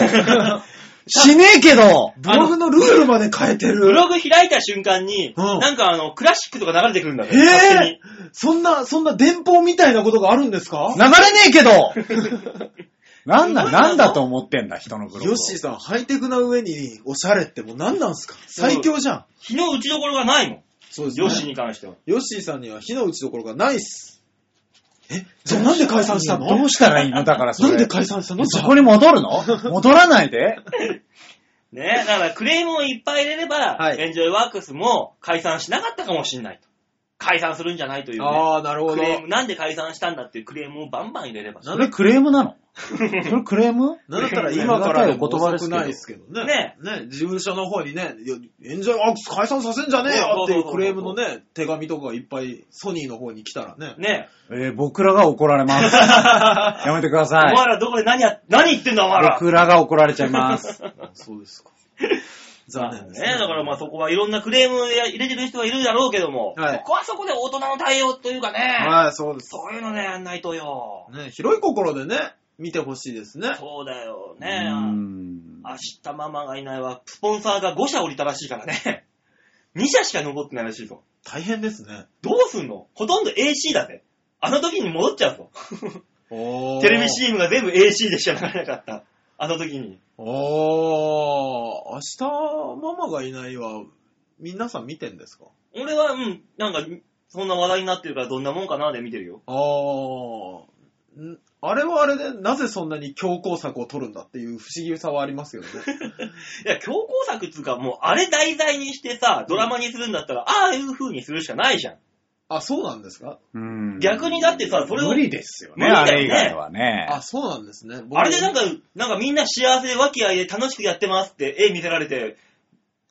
しねえけど
ブログのルールまで変えて
ブ
る。
ログ開いた瞬間に、
うん
なんかあの、クラシックとか流れてくるんだって。
へえ
勝手に
そんな、そんな電報みたいなことがあるんですか
流れねえけどなんだ、
すごいな
なんだと思ってんだ、人のブログを。
ヨッシーさん、ハイテクな上におしゃれってもう何なんすか最強じゃん。
日の打ちどころがないもん。
そうですね。
ヨッシーに関しては。
ヨッシーさんには火の打ちどころがないっす。えじゃあなんで解散したの
どうしたらいいのだからそれ。
なんで解散したのじ
そ
ゃ
こ
あ
に戻 るの戻らないで。
ねだからクレームをいっぱい入れれば、
はい
エンジョイワークスも解散しなかったかもしれないと。解散するんじゃないというね。
あー、なるほ
ク
ど。
レーム、なんで解散したんだっていうクレームをバンバン入れれば。
なん
それクレームなのそれクレーム
なんだったら今からでも
ありがたいお言葉で
遅く
すけど
ないですけどね。
ね
ね事務所の方にね、いやエンジョイワークス解散させんじゃねえよっていうクレームのね、手紙とかがいっぱいソニーの方に来たらね。
ね
えー僕らが怒られま す。やめてくださ
お前
い。
らどこで何や、何言ってんだお前ら。
僕らが怒られちゃ います。
そうですか。
ま
残
あ
念です
ね、だからまあそこはいろんなクレームや入れてる人はいるだろうけども、
はい
そこはそこで大人の対応というかね、
はい、そうです。
そういうのね、やんないとよ。
ね、広い心でね、見てほしいですね。
そうだよ
うー
ね。
ん
明日ママがいないは、スポンサーが5社降りたらしいからね。2社 しか残ってないらしいぞ。
大変ですね。
どうすんのほとんど AC だぜ。あの時に戻っちゃうぞ。テ
テ
レビ CM が全部 AC でしか流れなかった。あの時に。
あー、明日、ママがいないは、皆さん見てんですか
俺は、うん、なんか、そんな話題になってるからどんなもんかなで見てるよ。
あー、んあれはあれで、なぜそんなに強硬策を取るんだっていう不思議さはありますよ ね。
いや、強行策っつうか、もうあれ題材にしてさ、ドラマにするんだったら、ああいう風にするしかないじゃん。
あ、そうなんですか
うん
逆にだってさそれを
無理ですよ
無
ね、
理だ
あ
よね
れ以外はね。
あ、そうなんですね。僕
あれでなんか、なんかみんな幸せで和気あいで楽しくやってますって絵見せられて、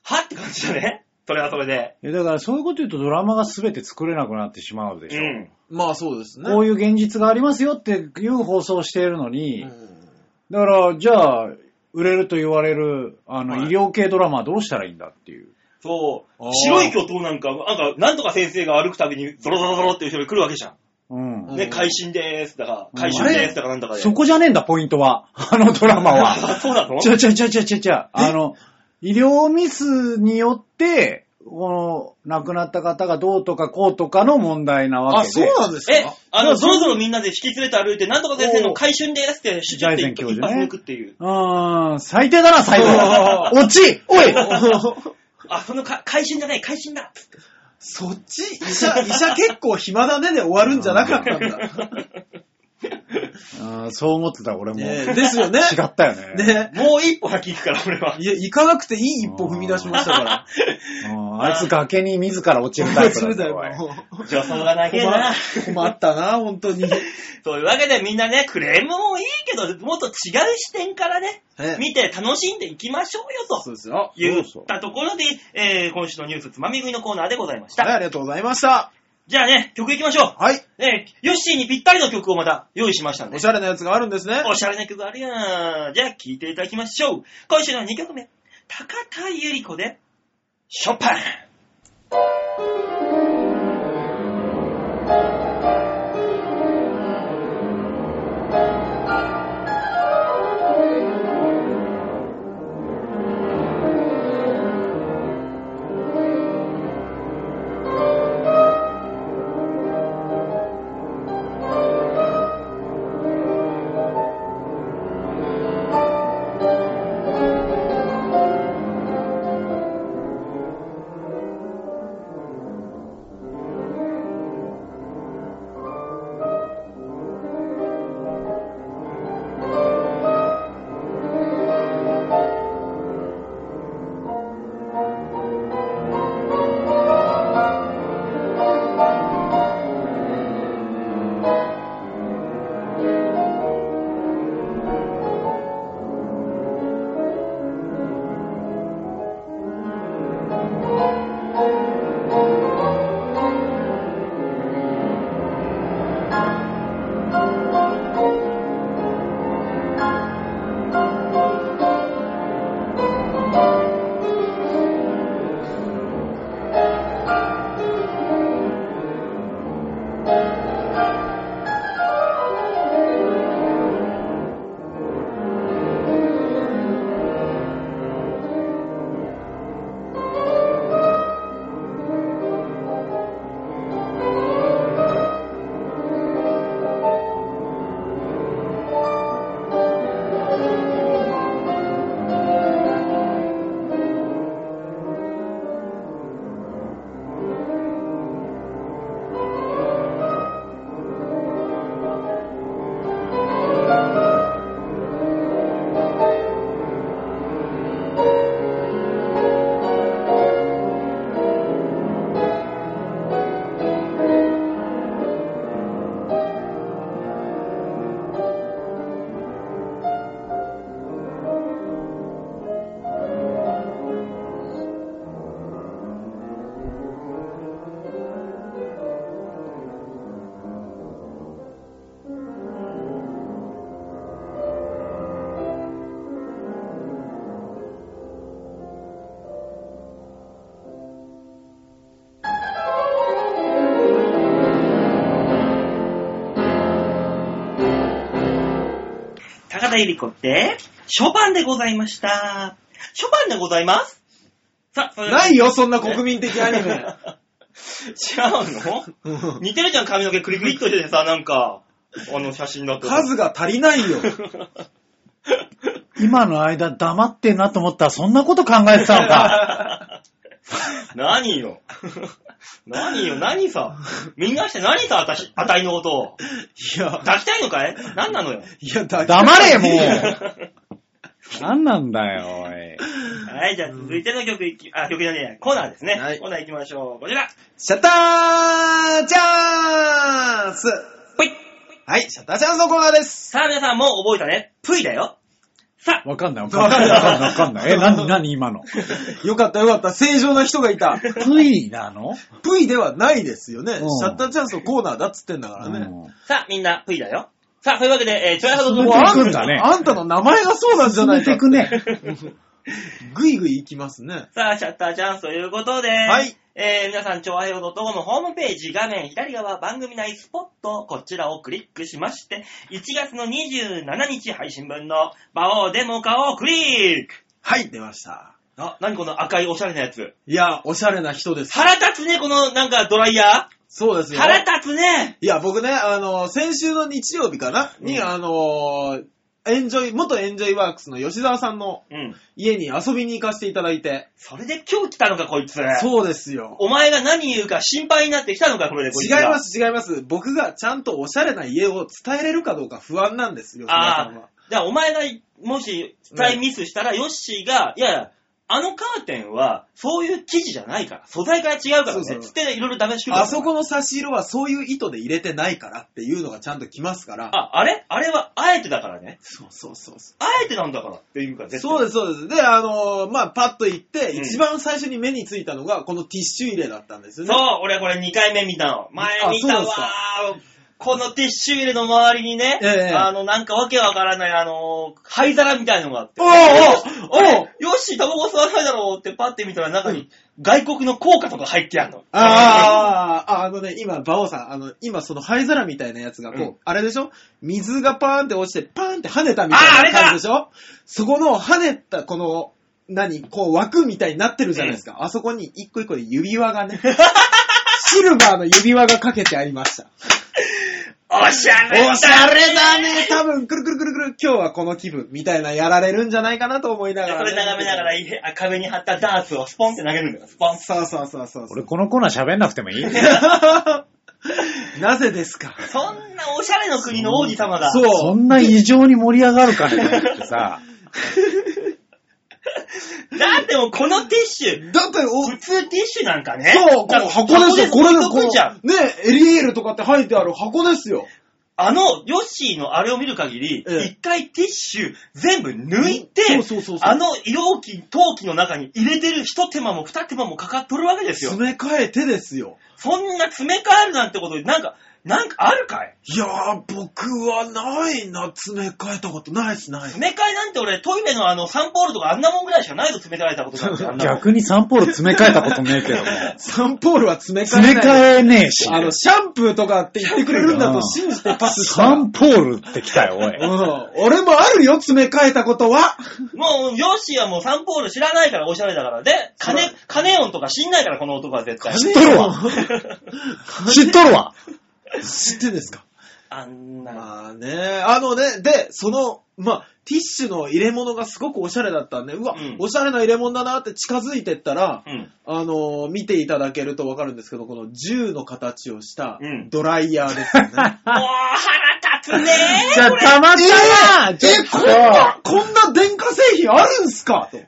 はって感じだね。それはそれで。
えだからそういうこと言うとドラマが全て作れなくなってしまうでしょ。
うん。
まあそうですね。
こういう現実がありますよっていう放送をしているのに、
うん
だから、じゃあ、売れると言われる、あの、
はい
医療系ドラマはどうしたらいいんだっていう。
そ
あー
う。白い巨頭なんか、なんか、なんとか先生が歩くたびに、ゾロゾロゾロって後ろに来るわけじゃ
うん。
ん。
う
ね、
ん
会心でーす。だから、
うん
会心でーす。だからなんだかで。
そこじゃねえんだ、ポイントは。 あのドラマ
あ、
は。
そうなの
ちゃちゃちゃちゃちゃちゃ。あの、医療ミスによって、この、亡くなった方がどうとかこうとかの問題なわ
あ、
けで。
そうなんです
え
か、
あの、そろそろみんなで引き連れて歩いて、なんとか先生の回春でーすって、シュッて
財前教
一
授ね
発抜くっていう。
うーん、最低だな、最後。落ちおい
あ、そのか、会心じゃない、会心だ
そっち、医者、医者結構暇だねで終わるんじゃなかったん だ。
うんそう思ってた、俺も。
ね
違
えですよね。
ったよね。
ね
もう一歩先行くから、俺は。
いや、行かなくていい一歩踏み出しましたから。
うんあいつ崖に自ら落ちる タイプだったよ。おい
もう
女装がなけえ
困
な。
困ったな、本 当に。
そういうわけでみんなね、クレームもいいけど、もっと違う視点からね、
え
見て楽しんでいきましょうよ
そ
と。
うですよ。
言っ
そうそう
たところで、えー、今週のニュースつまみ食いのコーナーでございました。
はい、ありがとうございました。
じゃあね、曲行きましょ
はい。
う。ね、ヨッシーにぴったりの曲をまた用意しましたんで
おし。ゃれなやつがあるんですね。
おしゃれな曲あるやん。じゃあ聴いていただきましょう。今週の2曲目、高田ゆり子で、ショパン。
「
高田ゆり子って、ショパンでございました。ショパンでございますさ、それでは
ないよ、そんな国民的アニ
違
メ。
うの似てるじゃん、髪の毛クリクリっとしててさ、なんか、あの写真だと。
数が足りないよ。
今の間黙ってんなと思ったらそんなこと考えてた のか。
何よ。何よ、何さ。みんなして何さ、あたし、あたいのことを。
いや、
抱きたいのかい何なのよ。
いや、だ
黙れ、もう何なんだよ、おい。
はい、じゃあ続いての曲いき、あ、曲じゃねえや、コーナーですね。
はい
コーナー行きましょう。こちら。
シャッターチャンス
ぷい
はい、シャッターチャンスのコーナーです。
さあ皆さんもう覚えたね。ぷいだよ。さあ、
わかんない、わかんない、わかんない、わかんない。え、なになに今の。
よかったよかった、正常な人がい た。
プイなの、
V ではないですよね。シ
うん
ャッターチャンスのコーナーだっつってんだからね。
さあみんなぷいだよ。さあ、そういうわけで、えー、チョイハドズ
う
ボ
ん
ー
あ
ン
行
ん
くん
た
だね
あんたの名前がそうなんじゃ
進
な
め
い
て
か
い。くね。
ぐいぐい行きますね。
さあ、シャッターチャンスということで、
はい。
えー、皆さん、超愛用 .com のホームページ、画面左側、番組内スポット、こちらをクリックしまして、1月の27日配信分の、バオデモカをクリック
はい、出ました。
あ、何この赤いおしゃれなやつ。
いや、おしゃれな人です。
腹立つね、この、なんか、ドライヤ
そうです
ー。
よ。
腹立つね。
いや、僕ね、あの、先週の日曜日かなに、
うん
あの、エンジョイ、元エンジョイワークスの吉沢さんの
うん。
家に遊びに行かせていただいて。
それで今日来たのか、こいつ。
そうですよ。
お前が何言うか心配になってきたのか、これで、こいつ
違い
が
ます、違います。僕がちゃんとおしゃれな家を伝えれるかどうか不安なんです、吉沢さんは。
じゃあ、お前が、もし、伝えミスしたら、ヨッシーが、いやいや、あのカーテンは、そういう生地じゃないから、素材から違うからね、
そうそう
つって、いろいろダメしてくるから
あそこの差し色はそういう意図で入れてないからっていうのがちゃんと来ますから。
あ、あれあれは、あえてだからね。
そうそうそうそ
あえてなんだからっていうか、
う。そうです、そうです。で、あのーまあ、パッと行って、
うん
一番最初に目についたのが、このティッシュ入れだったんですよ
す
ね。
そう、俺これ2回目見たの。前見た
あそう
わ
ですか
ーこのティッシュ入れの周りにね、
ええ
あの、なんかわけわからない、あの、灰皿みたいのがあって。
おうおうおう
よし、タバコ吸わないだろうってパッて見たら中に外国の硬貨とか入ってやんの。
あーあ、あのね、今、バオさん、あの、今、その灰皿みたいなやつが、こう、
うん
あれでしょ水がパーンって落ちて、パーンって跳ねたみ
あーあ
た
れ
いな
か
感じでしょそこの跳ねた、この、何こう枠みたいになってるじゃないですか。あそこに一個一個で指輪がね、 シルバーの指輪がかけてありました。
おしゃれだね
おしゃれだね多分、くるくるくるくる、今日はこの気分、みたいなやられるんじゃないかなと思いながら、
そ
ね。
れ眺めながら、いあ壁に貼ったダーツをスポンって投げるんだよ。スポン。
そうそうそうそうそ
俺
う。
このコーナー喋んなくてもいい
なぜですか
そんなおしゃれの国の王子様が。
そう
そんな異常に盛り上がるかねってさ。
だってもうこのティッシュ、
だって、お、
普通ティッシュなんかね。
そう、こ
だ
の箱ですよ、こ
箱
れで
に
す、
置
こ
いとくじゃん。
のね、エリエールとかって入ってある箱ですよ。
あの、ヨッシーのあれを見る限り、
ええ
一回ティッシュ全部抜いて、
そうそうそうそう
あの容器、陶器の中に入れてる一手間も二手間もかかっとるわけですよ
詰。め替えてですよ。
そんな詰め替えるなんてこと、なんか、なんかあるかい
いやー、僕はないな、詰め替えたことないっす、ない。
詰め替えなんて俺、トイレのあの、サンポールとかあんなもんぐらいしかないと詰め替えたことなんてあんな もん。
逆にサンポール詰め替えたことねえけども。
サンポールは詰め替えな
詰
い。
め替えねえし。
あの、シャンプーとかって言ってくれるんだと信じてパスした
サ
ら。
ンポールって来たよ、
う
おい。
ん、俺もあるよ、詰め替えたことは。
もう、ヨッシーはもうサンポール知らないからおしゃれだから。で、カネ
そ、
カネオンとか知んないから、この男は絶対。
知っとるわ。知っとるわ。
知ってんですか
あんな。
まあね、あのね、で、その、まあ、ティッシュの入れ物がすごくおしゃれだったんで、うわ、
うん
おしゃれな入れ物だなって近づいてったら、
うん。
あのー見ていただけるとわかるんですけど、この銃の形をした
うん
ドライヤーですよ ね。
もう腹立つねー
じゃあ、
これ
たまったな
え
ちょっ
こんな、こんな電化製品あるんすかと。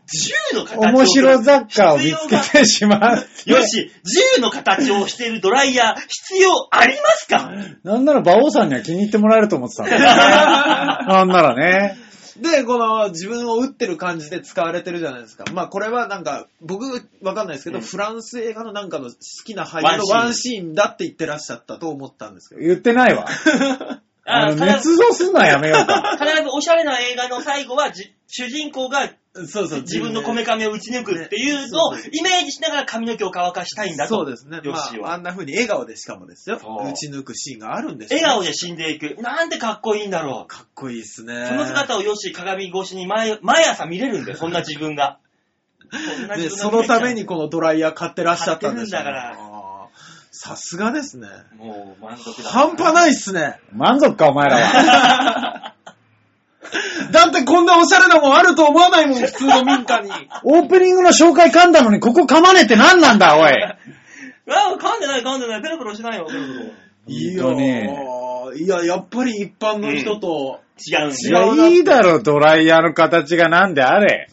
銃の形
と
を
面白雑貨を見つけてしまう。
よし、銃の形をしているドライヤー、必要あります か
なんなら馬王さんには気に入ってもらえると思ってたんだ よね。なんならね。
で、この自分を撃ってる感じで使われてるじゃないですか。まあこれはなんか、僕わかんないですけど、
うん
フランス映画のなんかの好きな俳優の
ワ
ワ
ン
ンシーンだって言ってらっしゃったと思ったんですけど。
言ってないわ。あの、
必
熱
ず、
造すんのはやめようか。
必ずおしゃれな映画の最後は、じ主人公が
そうそう。
自分のこめかみを打ち抜くっていうのをイメージしながら髪の毛を乾かしたいんだと。
そうですね。
ヨッ
ま
シーは
あ、あんな風に笑顔でしかもですよ。
そう
打ち抜くシーンがあるんですよ
笑顔で死んでいく。なんてかっこいいんだろう。
かっこいいっすね。
その姿をよし、鏡越しに毎毎朝見れるんだよ、そんな自分が。そんな
で、
自
そ
分が見
の
れちゃう
ために。このドライヤー買ってらっしゃったんです
買ってるんだから
ら。さすがですね。
もう満足だ。
半端ないっすね。
満足か、お前らは。
だってこんなおしゃれなもんあると思わないもん、普通の民家に。
オープニングの紹介噛んだのに、ここ噛まねえって何なんだ、おい。
うわ、噛んでない噛んでない、ペロペロしてないよ、ペロペロ。
いい
本
よ。
当に
いや、やっぱり一般の人と、
違うん
い
だよ。
違うな
や、いいだろ、ドライヤーの形がなんであれ。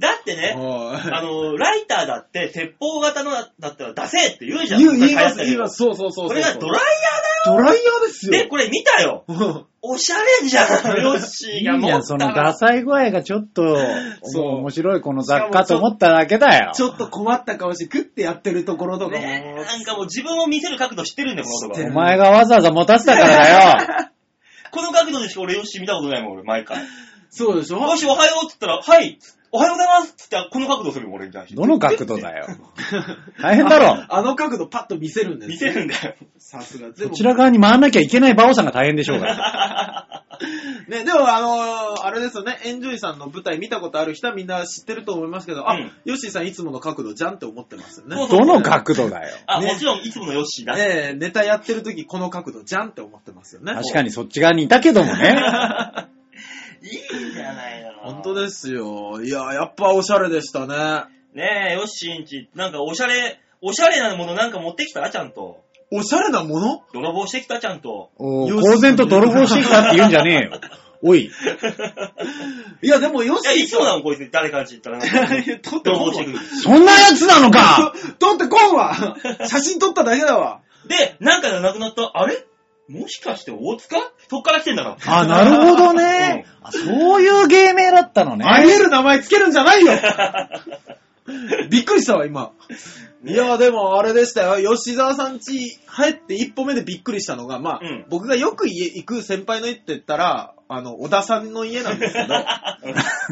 だってね、あ
あ
の、ライターだって、鉄砲型のだったら出せって言うじゃん。
言う言いま
昔
す、
流
言い
行
ま
ったけど
す。そうそうそうそう。
これがドライ
ドライヤーです
ヤーで、
よ。
これ見たよ。
うん
おしゃれじゃん、ヨッシ
いい
ーが持った
やん、そのダサい具合がちょっと、
そう
面白いこの雑貨と思っただけだよ。
ちょっと困った顔して、グッてやってるところとかも。
ねなんかもう自分を見せる角度知ってるんだよ、この
知って
男
る
お前がわざわざ持たせたからだ よ。
この角度でしか俺ヨッシー見たことないもん、俺、毎回。
そうでしょ
もしおはようって言ったら、はい、おはようございますって言ったら、この角度するよ、俺に対して。
どの角度だよ。大変だ ろ。
ああの角度パッと見せるんです
見せるんだよ。
さすが。で
こ
も
ち、ら側に回んなきゃいけない馬王さんが大変でしょうが。
ね、でもあのーあれですよね、エンジョイさんの舞台見たことある人はみんな知ってると思いますけど、あ、
うん
ヨッシーさんいつもの角度じゃんって思ってますよね。
そうそう
どの角度だよ。
あ、
ね
もちろん、いつものヨッシーだ。
ねえネタやってる時この角度じゃんって思ってますよね。
確かにそっち側にいたけども ね。
いいじゃないの。
本当ですよ。いや、やっぱおしゃれでしたね。
ねえ、ヨッシーんち、なんかおしゃれ、おしゃれなものなんか持ってきたちゃんと。
おしゃれなもの
泥棒してきたちゃんと。
お
よ
う
し
公然と泥棒してきたって言うんじゃねえよ。 おい。
いや、でもヨッ
いや、
シー
いつもだ
さ
もん、こいつ、誰かんち行ったらなん
ん。
か。
いや撮って
泥
こ
棒
ん
してく
わ。
る。
そんな奴な のか
撮ってこん わ写真撮っただけだわ。
で、なんかがなくなった。あれもしかして大塚そっから来てんだから。
あ、なるほどね。あ そういう芸名だったのね。
あり得る名前つけるんじゃない よびっくりしたわ、今。いや、でもあれでしたよ。吉沢さん家入って一歩目でびっくりしたのが、まあ、
うん
僕がよく家行く先輩の家って言ったら、あの、小田さんの家なんですけ ど、ね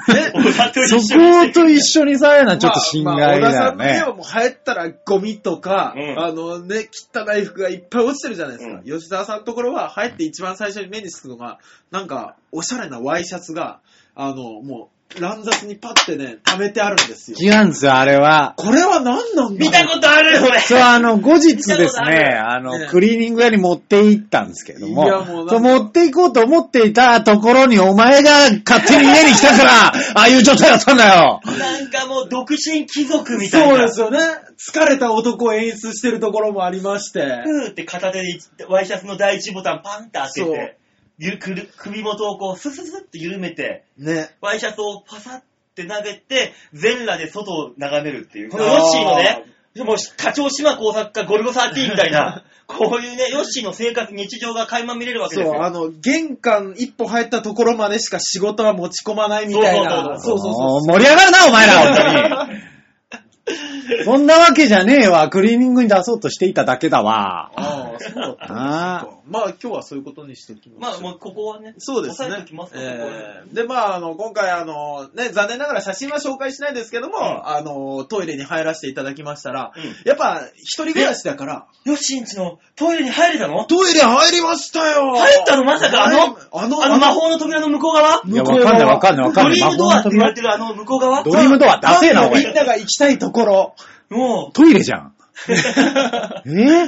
大塚と一緒
そ
に
こと一緒にさえな、ちょっと心外だよね。
まあまあ小田さんの家はもう入ったらゴミとか、
うん
あのね、汚い服がいっぱい落ちてるじゃないですか。
うん
吉沢さんのところは入って一番最初に目につくのが、なんか、おしゃれなワイシャツが、あの、もう、乱雑にパッてね、溜めてあるんですよ。
違うんですよ、あれは。
これは何なんだ
見たことあるよ、俺。
そう、あの、後日です
見たことあ
ね、あ
ね
の、クリーニング屋に持って行ったんですけど
い
も
やもうなん、か
そう持って行こうと思っていたところにお前が勝手に家に来たから、ああいう状態だったんだ よ。
なんかもう、独身貴族みたいな。
そうですよね。疲れた男を演出してるところもありまして。
ふーって片手でワイシャツの第一ボタンパンって開け
そう
て、ゆくる首元をこうスススって緩めて、
ね。
ワイシャツをパサって投げて、全裸で外を眺めるっていう。このヨ
あー
ッシーのね、もう課長島工作家ゴルゴ13みたい な、こういうね、ヨッシーの生活、日常が垣間見れるわけです
そう、あ
よ。
の、玄関一歩入ったところまでしか仕事は持ち込まないみたいな。
そ
そううそうそう。
もう盛り上がるな、お前ら、 本当に。そんなわけじゃねえわ。クリーニングに出そうとしていただけだわ。
ああ、そうだったんですか
あー
まあ今日はそういうことにしておきま
まあ
しょ
もうここはね、
そうです
押さ
ね
えときます。か、ここは
えーで、まあ、あの、今回、あの、ね、残念ながら写真は紹介しないですけども、
うん
あの、トイレに入らせていただきましたら、
うん
やっぱ、一人暮らしだから、
ヨッシーんちのトイレに入れたの
トイレ入りましたよ
入ったのまさかあの
入りあの、
あの魔法の扉の向こう側
いや、わかんない、わか
ド
んない、わかんな
リ
い。
ームドアって言われ
ド
てるあの向こう側
リームドア、ダセえな、お
みん
い。
なが行きたいところ、
もう、
トイレじゃん。 え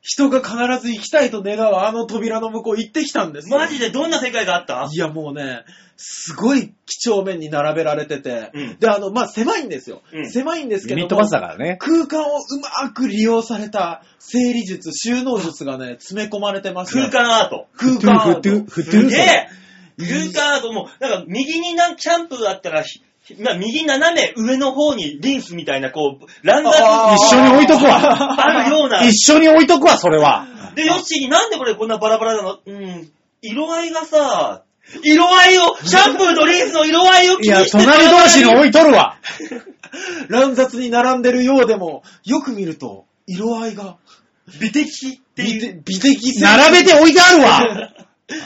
人が必ず行きたいと願うあの扉の向こう行ってきたんですよ
マジでどんな世界があった
いやもうね、すごい貴重面に並べられてて、
うん
で、あの、まあ、狭いんですよ。
うん
狭いんですけど
ユニ
も
ットバスだからね。
空間をうまく利用された整理術、収納術がね、詰め込まれてました
空。間アート。
空間アー
ふ
ト
てふてふて
す
ふ
げ
て
え空間アートも、なんか右になんシャンプーあったら、ひな右斜め上の方にリンスみたいな、こう、ランダ
あー
一緒に置いとくわ。
あるような。
一緒に置いとくわ、それは。
で、ヨッシーになんでこれこんなバラバラなのうん、色合いがさ、色合いを、シャンプーとリンスの色合いを
い
気に
や、
してバラ
隣
バラ
同士に置いとるわ。
乱雑に並んでるようでも、よく見ると、色合いが、
美的って
美
いう。
的美的性
並べて置いてあるわ。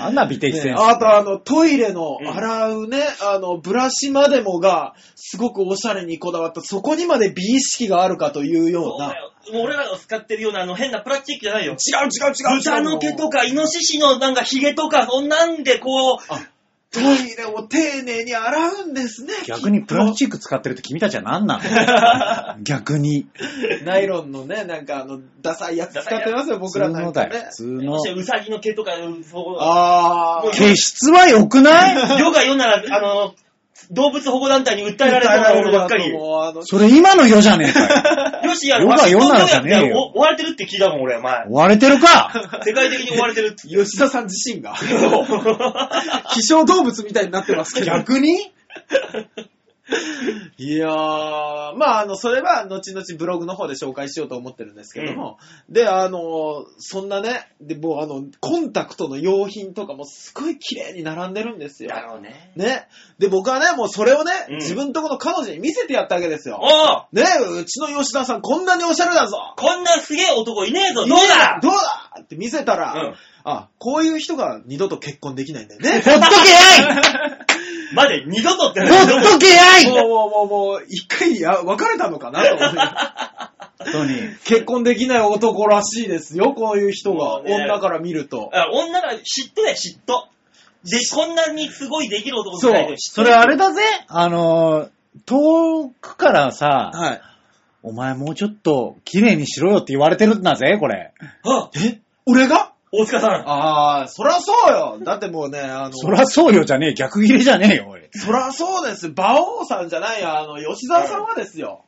なんだ美的センス。
あとあの、トイレの
うん
洗うね、あの、ブラシまでもが、すごくおしゃれにこだわった、そこにまで美意識があるかというよ
そうう
な
だ。よ。もう俺らが使ってるようなあの変なプラスチックじゃないよ。
違う違う違う違う。
豚の毛とか、イノシシのなんかヒゲとか、そんなんでこう、
トイレを丁寧に洗うんですね。
逆にプラス
ッ
チック使ってるって君たちは何なの逆に。
ク。ナイロンのね、なんかあの、ダサいやつ使ってますよ、
普
僕
通
らな
の
んか
だ
ね
よ。普。通の
そし。てウサギの毛とか、そう
あ
もう
ー。
毛質は良 くない
世が世なら、あの、動物保護団体に訴えられそうなものばっかり。よ
もうあの
それ今の世じゃねえかよ。
し、あの、
世が世ならじゃね
ワシントン条約
えよ
で追われてるって聞いたもん、俺、前。
追われてる か
世界的に追われてるって。
吉田さん自身が、
そう
希少動物みたいになってますけど。
逆に
いやー、まあ、あの、それは、後々ブログの方で紹介しようと思ってるんですけども、で、あの、そんなね、で、もう、あの、コンタクトの用品とかもすごい綺麗に並んでるんですよ。
だろうね。
ね。で、僕はね、もうそれをね、
うん
自分とこの彼女に見せてやったわけですよ。
おう
ね、うちの吉田さんこんなにおしゃれだぞ
こんなすげえ男いねえぞどう
いいね
だ
どうだって見せたら、
うん
あ、こういう人が二度と結婚できないんだよ ね。
ほっとけやい
まで二度とって
ほっとけやい
もうもうもうもう、一回や別れたのかなと思 って。
本当に。
結婚できない男らしいですよ、こういう人が、
もうね
女から見ると。
あ女が嫉妬だよ、嫉妬。で、こんなにすごいできる男じゃない
そう
嫉妬
それあれだぜあのー、遠くからさ、
はい。
お前もうちょっと綺麗にしろよって言われてるんだぜ、これ。
あ
え俺が
大塚さん。
ああ、そらそうよ。だってもうね、あの、
そらそうよじゃねえ、逆切れじゃねえよ、俺。
そらそうです。馬王さんじゃないよ。あの、吉沢さんはですよ。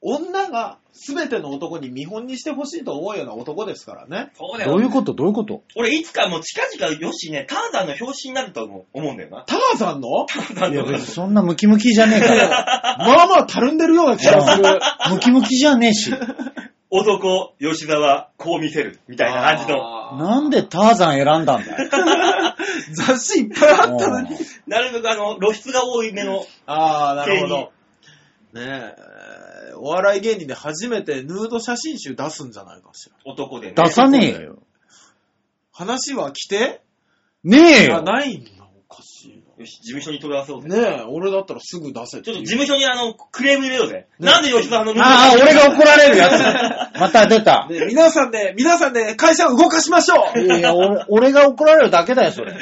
女が全ての男に見本にしてほしいと思うような男ですからね。
そうだよ。
どういうことどういうこと
俺、いつかもう近々、よしね、ターザンの表紙になると思う思うんだよな。
ターザン の
タ
い
ーザ
や
ンの
別にそんなムキムキじゃねえから。
まあまあたるんでるような気がする。
ムキムキじゃねえし。
男、吉沢、こう見せる。みたいな感じの。
あー
なんでターザン選んだんだよ。
雑誌いっぱいあったのに。
なるべくあの、露出が多い目の。
ああ、なるほ
芸
ど。ねえ、お笑い芸人で初めてヌード写真集出すんじゃないかしら。
男でね。
出さねえ よ。
話は来て
ねえ
あ
よ。
ないんだ、おかしい
よし、事務所に問い合わせようぜ。
な。ねえ、俺だったらすぐ出せ
ちょっと事務
分
所にあの、クレーム入れようぜ。なんで吉沢の
ああ、俺が怒られるやつ。また出 た。
で、皆さんで、皆さんで会社を動かしましょ
いうやいや、俺俺が怒られるだけだよ、それ。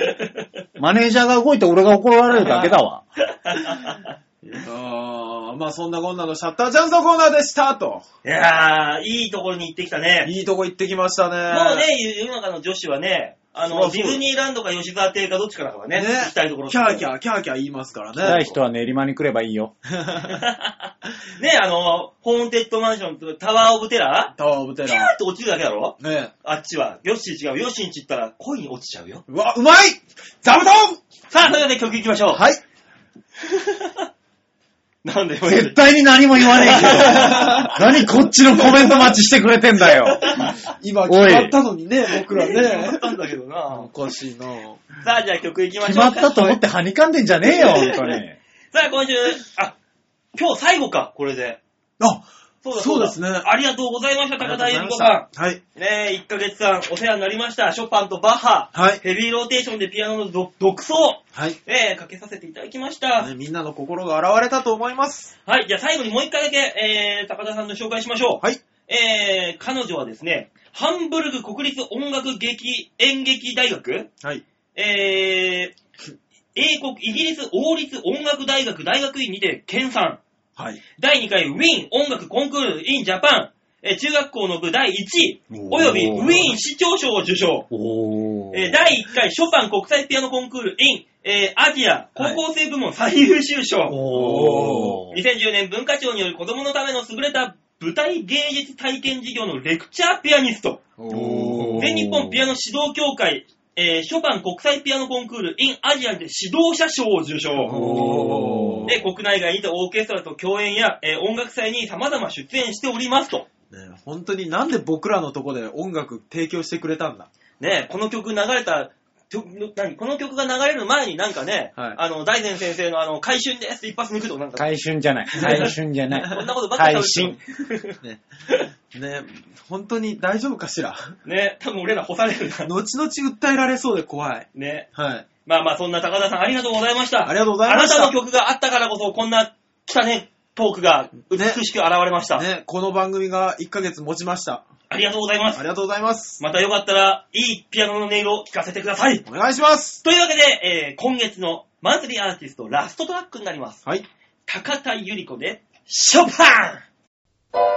マネージャーが動いて俺が怒られるだけだわ。
あーまあそんなこんなのシャッターチャンスのコーナーでしたと。
いやー、いいところに行ってきたね。
いいとこ行ってきましたね。
もうね、世の中の女子はね、あ
そうそ
の、
う
ディズニーランドか吉沢邸かどっちかだからね。
ね
行きたいところ。
キャーキ
ー。
ャー、キャーキャー言いますからね。
来たい人は練馬に来ればいいよ。
ね、あの、ホーンテッドマンションとタワーオブテラ
タワーオブテ
ー
ラ
ピュー
ー。
って落ちるだけだろ
ねえ。
あっちは。ヨッシー違う。ヨッシーんち行ったら恋に落ちちゃうよ。
うわ、うまい座布団
さあ、それでは曲行きましょう。
はい。
なんで
絶対に何も言わねえけど。 何こっちのコメント待ちしてくれてんだよ。
今決まったのにね、僕ら
思っ
ね。
たんだけどな
お。かしいなぁ。
さあ、じゃあ曲行きましょう
決
か。
まったと思ってはにかんでんじゃ ねえよ、本当に。
さあ、今週、あ、今日最後か、これで。
あ、
そうだ
そう
だ
ですね
ありがとうございました、高田恵理子さ
はい。
ん。ねえ、1ヶ月間お世話になりました。ショパンとバッハ。
はい。
ヘビーローテーションでピアノの独独奏。
はい。
えー、かけさせていただきました。
ねみんなの心が現れたと思います。
はい、じゃあ最後にもう一回だけ、えー、高田さんの紹介しましょう。
はい。
えー、彼女はですね、ハンブルグ国立音楽劇演劇大学、
はい。
えー、英国、イギリス王立音楽大学大学院にて研鑽。
はい。
第2回ウィーン音楽コンクール in ジャパン、えー中学校の部第1位、
おー
およびウィーン市長賞を受賞。
お
えー第1回ショパン国際ピアノコンクール in、えーアジア高校生部門最優秀賞。
おー
2010年文化庁による子供のための優れた舞台芸術体験事業のレクチャーピアニスト。
おー
全日本ピアノ指導協会、えーショパン国際ピアノコンクール in アジアで指導者賞を受賞。
おー
で、国内外にてオーケストラと共演や、えー音楽祭に様々出演しておりますと。
ね本当になんで僕らのとこで音楽提供してくれたんだ
ねえこの曲流れたちょの何この曲が流れる前になんかね、
はい
あの、大善先生のあの、回春ですって一発抜くとなんか、
回春じゃない。回春じゃな い。
こんなことばっかり
回
喋
春
っ。
ね。ね、本当に大丈夫かし ら。
て ね、多分俺ら干されるな。
後々訴えられそうで怖い。
ね。
はい。
まあまあ、そんな高田さんありがとうございました。
ありがとうございました
あなたの曲があったからこそ、こんな汚ねトークが美しく現れました。
ね、この番組が1ヶ月持ちました。
ありがとうございま
あ
す。
りがとうございます。
またよかったら、いいピアノの音色を聴かせてください。
お願いします。
というわけで、えー今月のマンスリーアーティストラストトラックになります。
はい。
高田ゆり子で、ショパン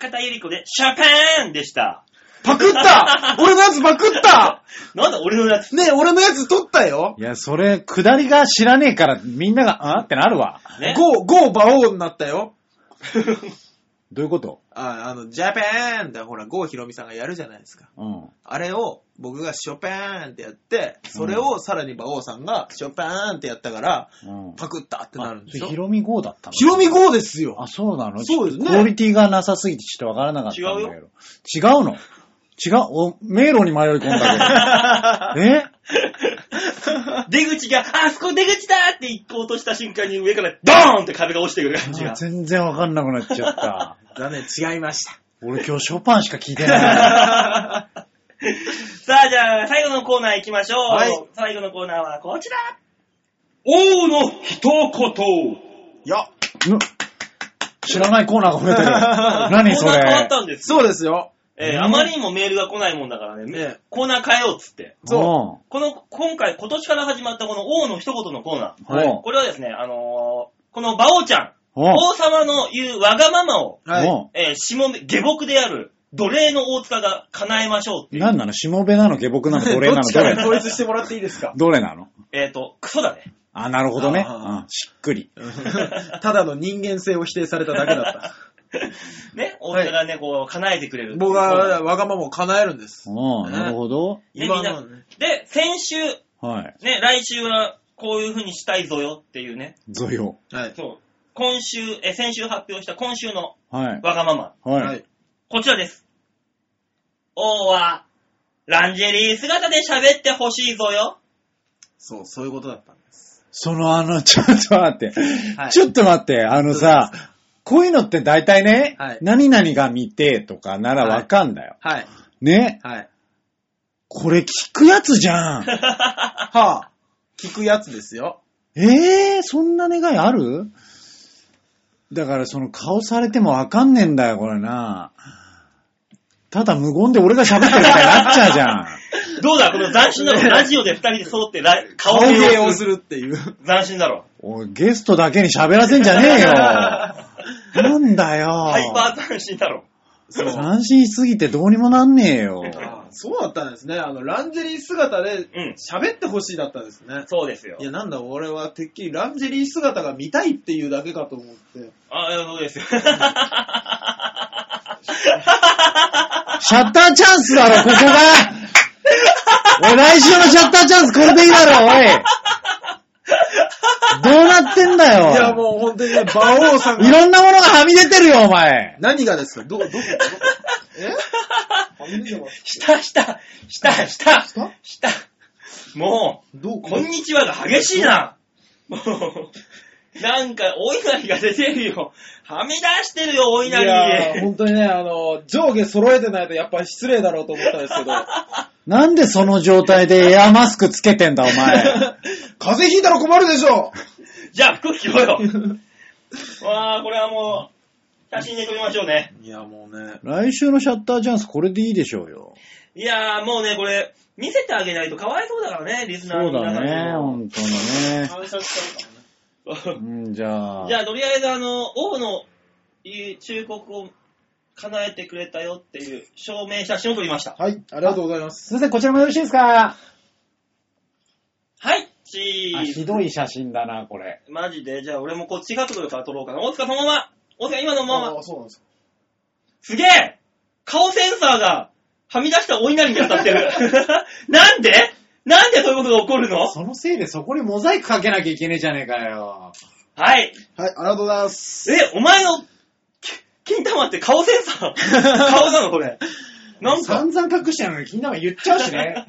高田ゆり子で、シャパンでした。
パク った俺のやつパクった
なんだ俺のやつ。
ね俺のやつ取ったよ
いや、それ、下りが知らねえから、みんなが、あってなるわ。
ね。
ゴー、ゴー馬王になったよ。
どういうこと
あ、あの、ジャパンってほら、ゴーひろみさんがやるじゃないですか。
うん。
あれを僕がショパンってやって、それをさらに馬王さんがショパンってやったから、
うん。
パクったってなるんでしょ
あそれヒロミ号だったの
ひろみゴーですよ
あ、そうなの
そうですね
ちょっとクオリティがなさすぎてちょっとわからなかったんだけど。
違うよ
違うの違う、お、迷路に迷い込んだ けど。え
出口が、あそこ出口だって行こうとした瞬間に上からドーンって壁が落ちてくる感じが。
全然わかんなくなっちゃった。
だね、違いました。
俺今日ショパンしか聞い てない。
さあ、じゃあ、最後のコーナー行きましょう。
はい
最後のコーナーはこちら王の一言
よっ
うん知らないコーナーが増え てる。何そ
コーナー変わっ
れ。
たんですよ。
そうですよ。
えー
うん
あまりにもメールが来ないもんだからね、
ね
コーナー変えようっつって。
そ
この、今回、今年から始まったこの王の一言のコーナー。
うん。はい。
これはですね、あのーこの馬王ちゃん、
うん
王様の言うわがままを、
はい。
う
えー、下目、下僕である奴隷の大塚が叶えましょうって
ん
いう。
何なの下辺なの下僕なの奴隷な
ど
の
っちか
どれ
ら
な
統
の
一してもらっていいですか
どれなの
えっ、と、クソだね。
あ、なるほどね。
あー
うんしっくり。
ただの人間性を否定されただけだった。
ね、大塚がね、こう、叶えてくれる。
僕はわがままを叶えるんです。
うん、なるほど。
ね
今のはね、
で、先週、
はい。
ね、来週はこういう風にしたいぞよっていうね、
ゾヨ。
はい。
そう、今週、えー先週発表した今週の
はい。
わがまま。
は。
はいい。
こちらです。王は、ランジェリー姿で喋ってほしいぞよ。
そう、そういうことだったんです。
そのあの、ちょっと待って。
はい
ちょっと待って、あのさ、こういうのって大体ね、
はい
何々が見てとかならわかんだよ。
はい。
ね。
はい。
これ聞くやつじゃん。
はあ、聞くやつですよ。
ええそんな願いあるだからその顔されてもわかんねえんだよ、これな。ただ無言で俺が喋ってるみたいになっちゃうじゃん。
どうだこの斬新だろ。ラジオで二人で揃ってラ顔
顔
芸
芸
を
を
す
す
る。
るっていう。
斬新だろ。
おい、ゲストだけに喋らせんじゃねえよ。なんだよ。
ハイパー斬新だろ。
そう。
斬新しすぎてどうにもなんねえよ。
あそうだったんですね。あの、ランジェリー姿で
うん
喋ってほしいだったんですね。
そうですよ
い。や、なんだ、俺はてっきりランジェリー姿が見たいっていうだけかと思って。
あ、そう ですよ。
シャッターチャンスだろ、ここがおい来週のシャッターチャンスこれでいいだろ、おいどうなってんだよ。
いや、もう本当にね、馬王さんが。
いろんなものがはみ出てるよ、お前。
何がですかど、ど、ど、えあ見てます
下、下、下、下、
下
下。も
どう
う、こんにちはが激しいな。もう、なんか、お稲荷が出てるよ。はみ出してるよ、お稲荷。
やー本当にね、あの、上下揃えてないとやっぱ失礼だろうと思ったんですけど、
なんでその状態でエアマスクつけてんだ、お前。
風邪ひいたら困るでしょ
じゃあ、服着ろ よ。わあ、これはもう、写真で撮りましょうね。
いや、もうね。
来週のシャッターチャンスこれでいいでしょうよ。
いやー、もうね、これ、見せてあげないとかわいそうだからね、リス
そ
ナーの
う
皆さ
だ
んに
ね、
も。
本当にね。
反射しちゃうか
うん、じゃあ
じ。ゃあ、とりあえず、あの、王のいい忠告を叶えてくれたよっていう証明写真を撮りました。
らね。はい、ありがとうございます。
すいません、こちらもよろしいですか
はい、チ
あ
ーズ
ひ。どい写真だな、これ。
マジで、じゃあ俺もこっち角度から撮ろうかな。大塚そのまま大塚今のまま
あ、そうなんですか。
すげえ顔センサーがはみ出したお稲荷に当たって る。なんでなんでそういうことが起こるの
そのせいでそこにモザイクかけなきゃいけねえじゃねえかよ。
はい。
はい、ありがとうございます。
え、お前の、き金玉って顔センサー 顔なのこれ。なんか、
散々隠してるのに金玉言っ ちゃうしね。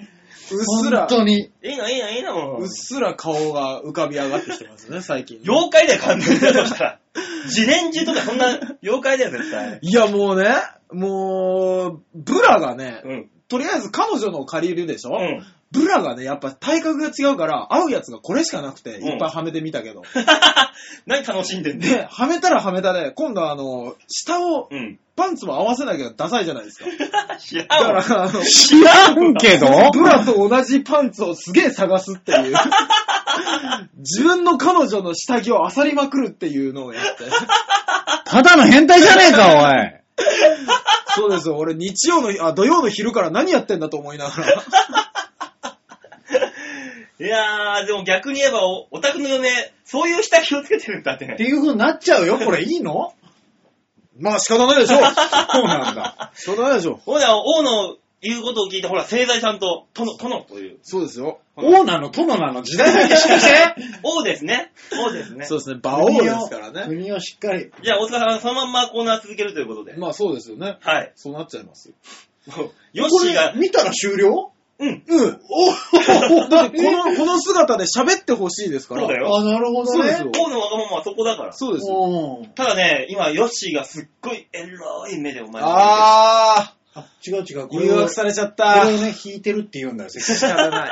うっすら、
本当に。
いいな、いいな、いいな、もう
うっ。すら顔が浮かび上がってきてます ね、最近。
妖怪だよ、完全に。そしたら。 自然中とかそんな妖怪だよ、絶対。
いや、もうね、もう、ブラがね、
うん。
とりあえず彼女のを借りるでしょ、
うん。
ブラがね、やっぱ体格が違うから、合うやつがこれしかなくて、
うん
いっぱいはめてみたけ ど。
何楽しんでん
で、
ね。
はめたらはめたで、今度はあの、下を
う、ん。
パンツも合わせなきゃダサいじゃないですか。
知ら
だ
ん
か
わ。
ら、あの、
知らんけど
ブラと同じパンツをすげえ探すっていう。 自分の彼女の下着を漁りまくるっていうのをやって。
ただの変態じゃねえか、おい。
そうですよ。俺日曜の、あ、土曜の昼から何やってんだと思いながら。
いやー、でも逆に言えばお、オタクの嫁、そういう下着をつけてるんだってね。
いう風になっちゃうよ、これいいの
まあ仕方ないでしょ う。
そうなんだ。
仕方ないでしょう。
ほら、王の言うことを聞いて、ほら、聖財さんと、殿、殿という。
そうですよ。
王なの、殿なの、時代だけしかして。
王ですね。王ですね。
そうですね。馬王ですからね。
国をしっかり。
じゃあ、大塚さんはそのまんまコーナー続けるということで。
まあそうですよね。
はい。
そうなっちゃいますよ。
もうヨッシーが、
見たら終了
うん。
うん。おだってこの、この姿で喋ってほしいですから。
そうだよ。
あ、なるほど
そうで
ね
す。よ
王のわがままはそこだから。
そうですよ。
うん
ただね、今、ヨッシーがすっごいエロい目でお前を見てる
あ
あ違う違う。
ー、誘惑されちゃった
こ。れをね、引いてるって言うんだよ、
仕方ない。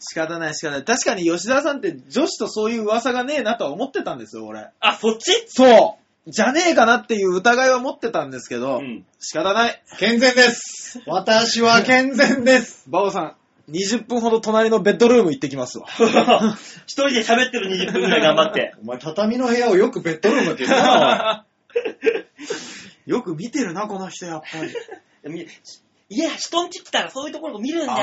仕方ない、仕方ない。確かに吉沢さんって女子とそういう噂がねえなとは思ってたんですよ、俺。
あ、そっち
そうじゃねえかなっていう疑いは持ってたんですけ
う
ど、
ん
仕方ない。
健全です。私は健全です。
バオさん、20分ほど隣のベッドルーム行ってきますわ。
一人で喋ってる20分ぐらい頑張って。
お前、畳の部屋をよくベッドルームって言ったな、
よく見てるな、この人、やっぱり。
み いや、人んち来たらそういうところを見るんだよ、
あ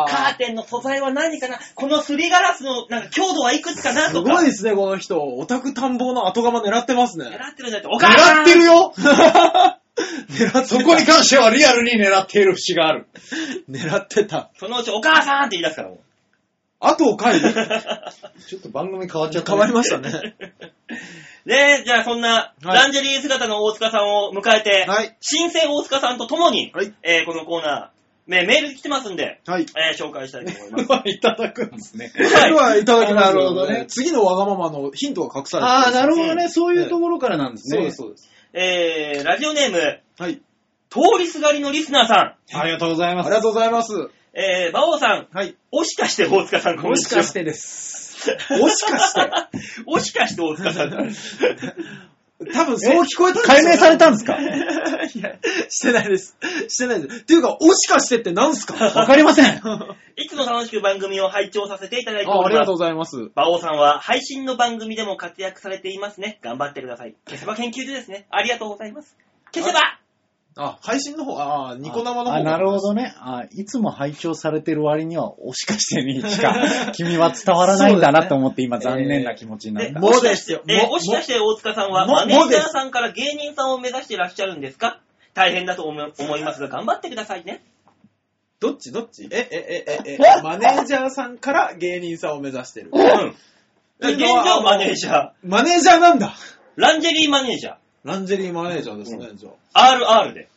ー
まず。カーテンの素材は何かなこのすりガラスのなんか強度はいくつかな
す
と
ご
か。
いですね、この人。オタク探訪の後釜狙ってます ね。
狙ってるんだって、お
お
母
前
さ
狙
ん
ってるよ
狙ってた。
そこに関してはリアルに狙っている節がある。
狙ってた。
そのうちお母さんって言い出すからもう。
後を帰 り
ちょっと番組変わっちゃった、
変わりましたね。
ねえ、じゃあそんな、
はい
ランジェリー姿の大塚さんを迎えて、
はい。
新生大塚さんと共に、
はい。
えーこのコーナー、ね、メール来てますんで、
はい。
えー紹介したいと思い ます。
いただくんですね。
それはいただきますよ
なるほどね
次のわがままのヒントが隠されて
ああ、なるほど
う
ね。そういうところからなんです
そう
ね。
です、そうです。
えー、ラジオネーム、
はい。
通りすがりのリスナーさ
ありがとうござい
あ
ま
り
す。
がとうございます。
ん、えー、馬王さん、
はい。
おしかして大塚さん、こん
も
に
し
ちは
かしてです。もし かして。
おしかして大塚さん。
多分そう聞こえたんです
解明されたんですか
いや、してないです。してないです。っていうか、おしかしてってなんすか
わかりません。
いつも楽しく番組を拝聴させていただいております。
あありがとうございます。
馬王さんは配信の番組でも活躍されていますね。頑張ってください。消せば研究所ですね。ありがとうございます。消せば
あ、配信の方、ああ、 ニコ生の方。
あなるほどねあ。いつも拝聴されてる割には、おしかしてにしか、 君は伝わらないんだなと思って、今
そうですね
残念な気持ちになっ
で
た。
もうですよ
もしかしてえー
も
もしかして大塚さんは
も
マネー
も
ジ
で
ャー
す
さんから芸人さんを目指してらっしゃるんですか大変だと思い思いますが、頑張ってくださいね。
どっちどっちえ、え、え、え、え、マネージャーさんから芸人さんを目指してる。
うん。
とい
現
うのは
状マネージャー。
マネージャーなんだ
ランジェリーマネージャー。
ランジェリーマネージャーですね、じゃ
RR で。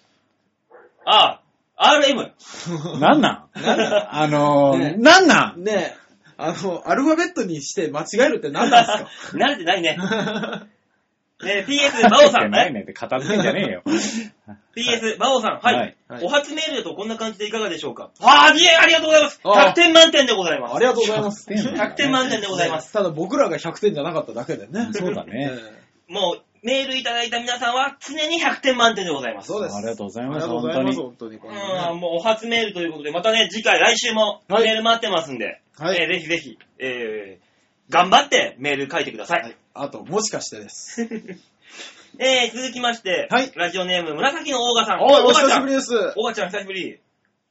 R。RM。
なんなん
なんだ
あのー
ね
なんなん
ねえ、あの、アルファベットにして間違えるって何なんです
慣れて ないね。
か
ね PS、馬王さ
書いて
ん。
な
ね
いねって片付けんじゃ ねえよ。
PS、馬王さん、はい。
はい
はい
お初メールだとこんな感じでいかがでしょうかあー、いえ、ありがとうございます
あー
!100 点満点でございます。
ありがとうございます。
100点
100点満点でございます。
ねただ僕らが100点じゃなかっただけでね。
そうだね
え
もう、メールいただいた皆さんは常に100点満点でございます。
そうです。
ありがとうござい
あ
ま
り
す
がとうございます、本当に。こ
う
れは
ー
ね
ん、もうお初メールということで、またね、次回、来週も
はい
メール待ってますんで、
はい
えーぜひぜひ、えー、頑張ってメール書いてください。
はい。あと、もしかしてです。
えー、続きまして、
はい
ラジオネーム、紫のオーガさん。
おい、お
オーガ
久
ちゃ
し
ん
ぶりです。
オガちゃん久しぶり。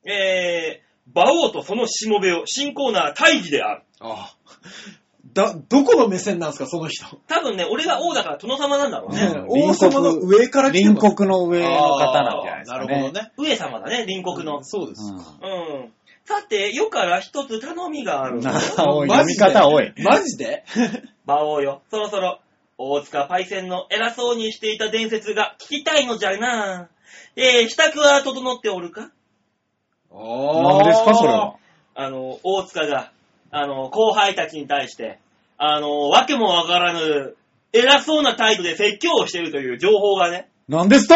えー、馬王とそのしもべを、新コーナー、大義である。
ああ。だ、どこの目線なんですか、その人。
多分ね、俺が王だから殿様なんだろうね。
ね 王様の上から来て
隣
ます。
国の上の方なんじゃないです
あ
か、
あ
ね。
なるほどね。
上様だね、隣国の。
そうです。
うん。さて、よから一つ頼みがあ
う
る
ん。
の。
なあ、お い、
マ
読
ジ
み
で
方おい。
マジ で
馬王よ、そろそろ、大塚パイセンの偉そうにしていた伝説が聞きたいのじゃな。えー、支度は整っておるか
あ
なんですか、それは。。
あの、大塚が、あの、後輩たちに対して、あの、わけもわからぬ、偉そうな態度で説教をしているという情報がね、
なんですと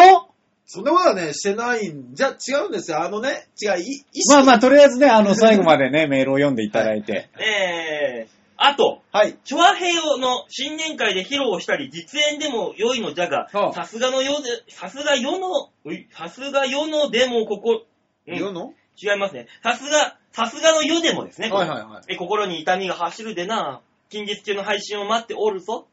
そんなことはね、してないんじゃ、違うんですよ。あのね、違う、い、意識
まあまあ、とりあえずね、あの、最後までね、メールを読んでいただいて。
えー、あと、
はい。
チョアヘヨの新年会で披露したり、実演でも良いのじゃが
は、あ
さすがの世で、さすが世の、ういさすが世のでもここ、うん
世の
違いますね。さすが、さすがの世でもですね。これ
はいはいはい
え心に痛みが走るでな。近日中の配信を待っておるぞ。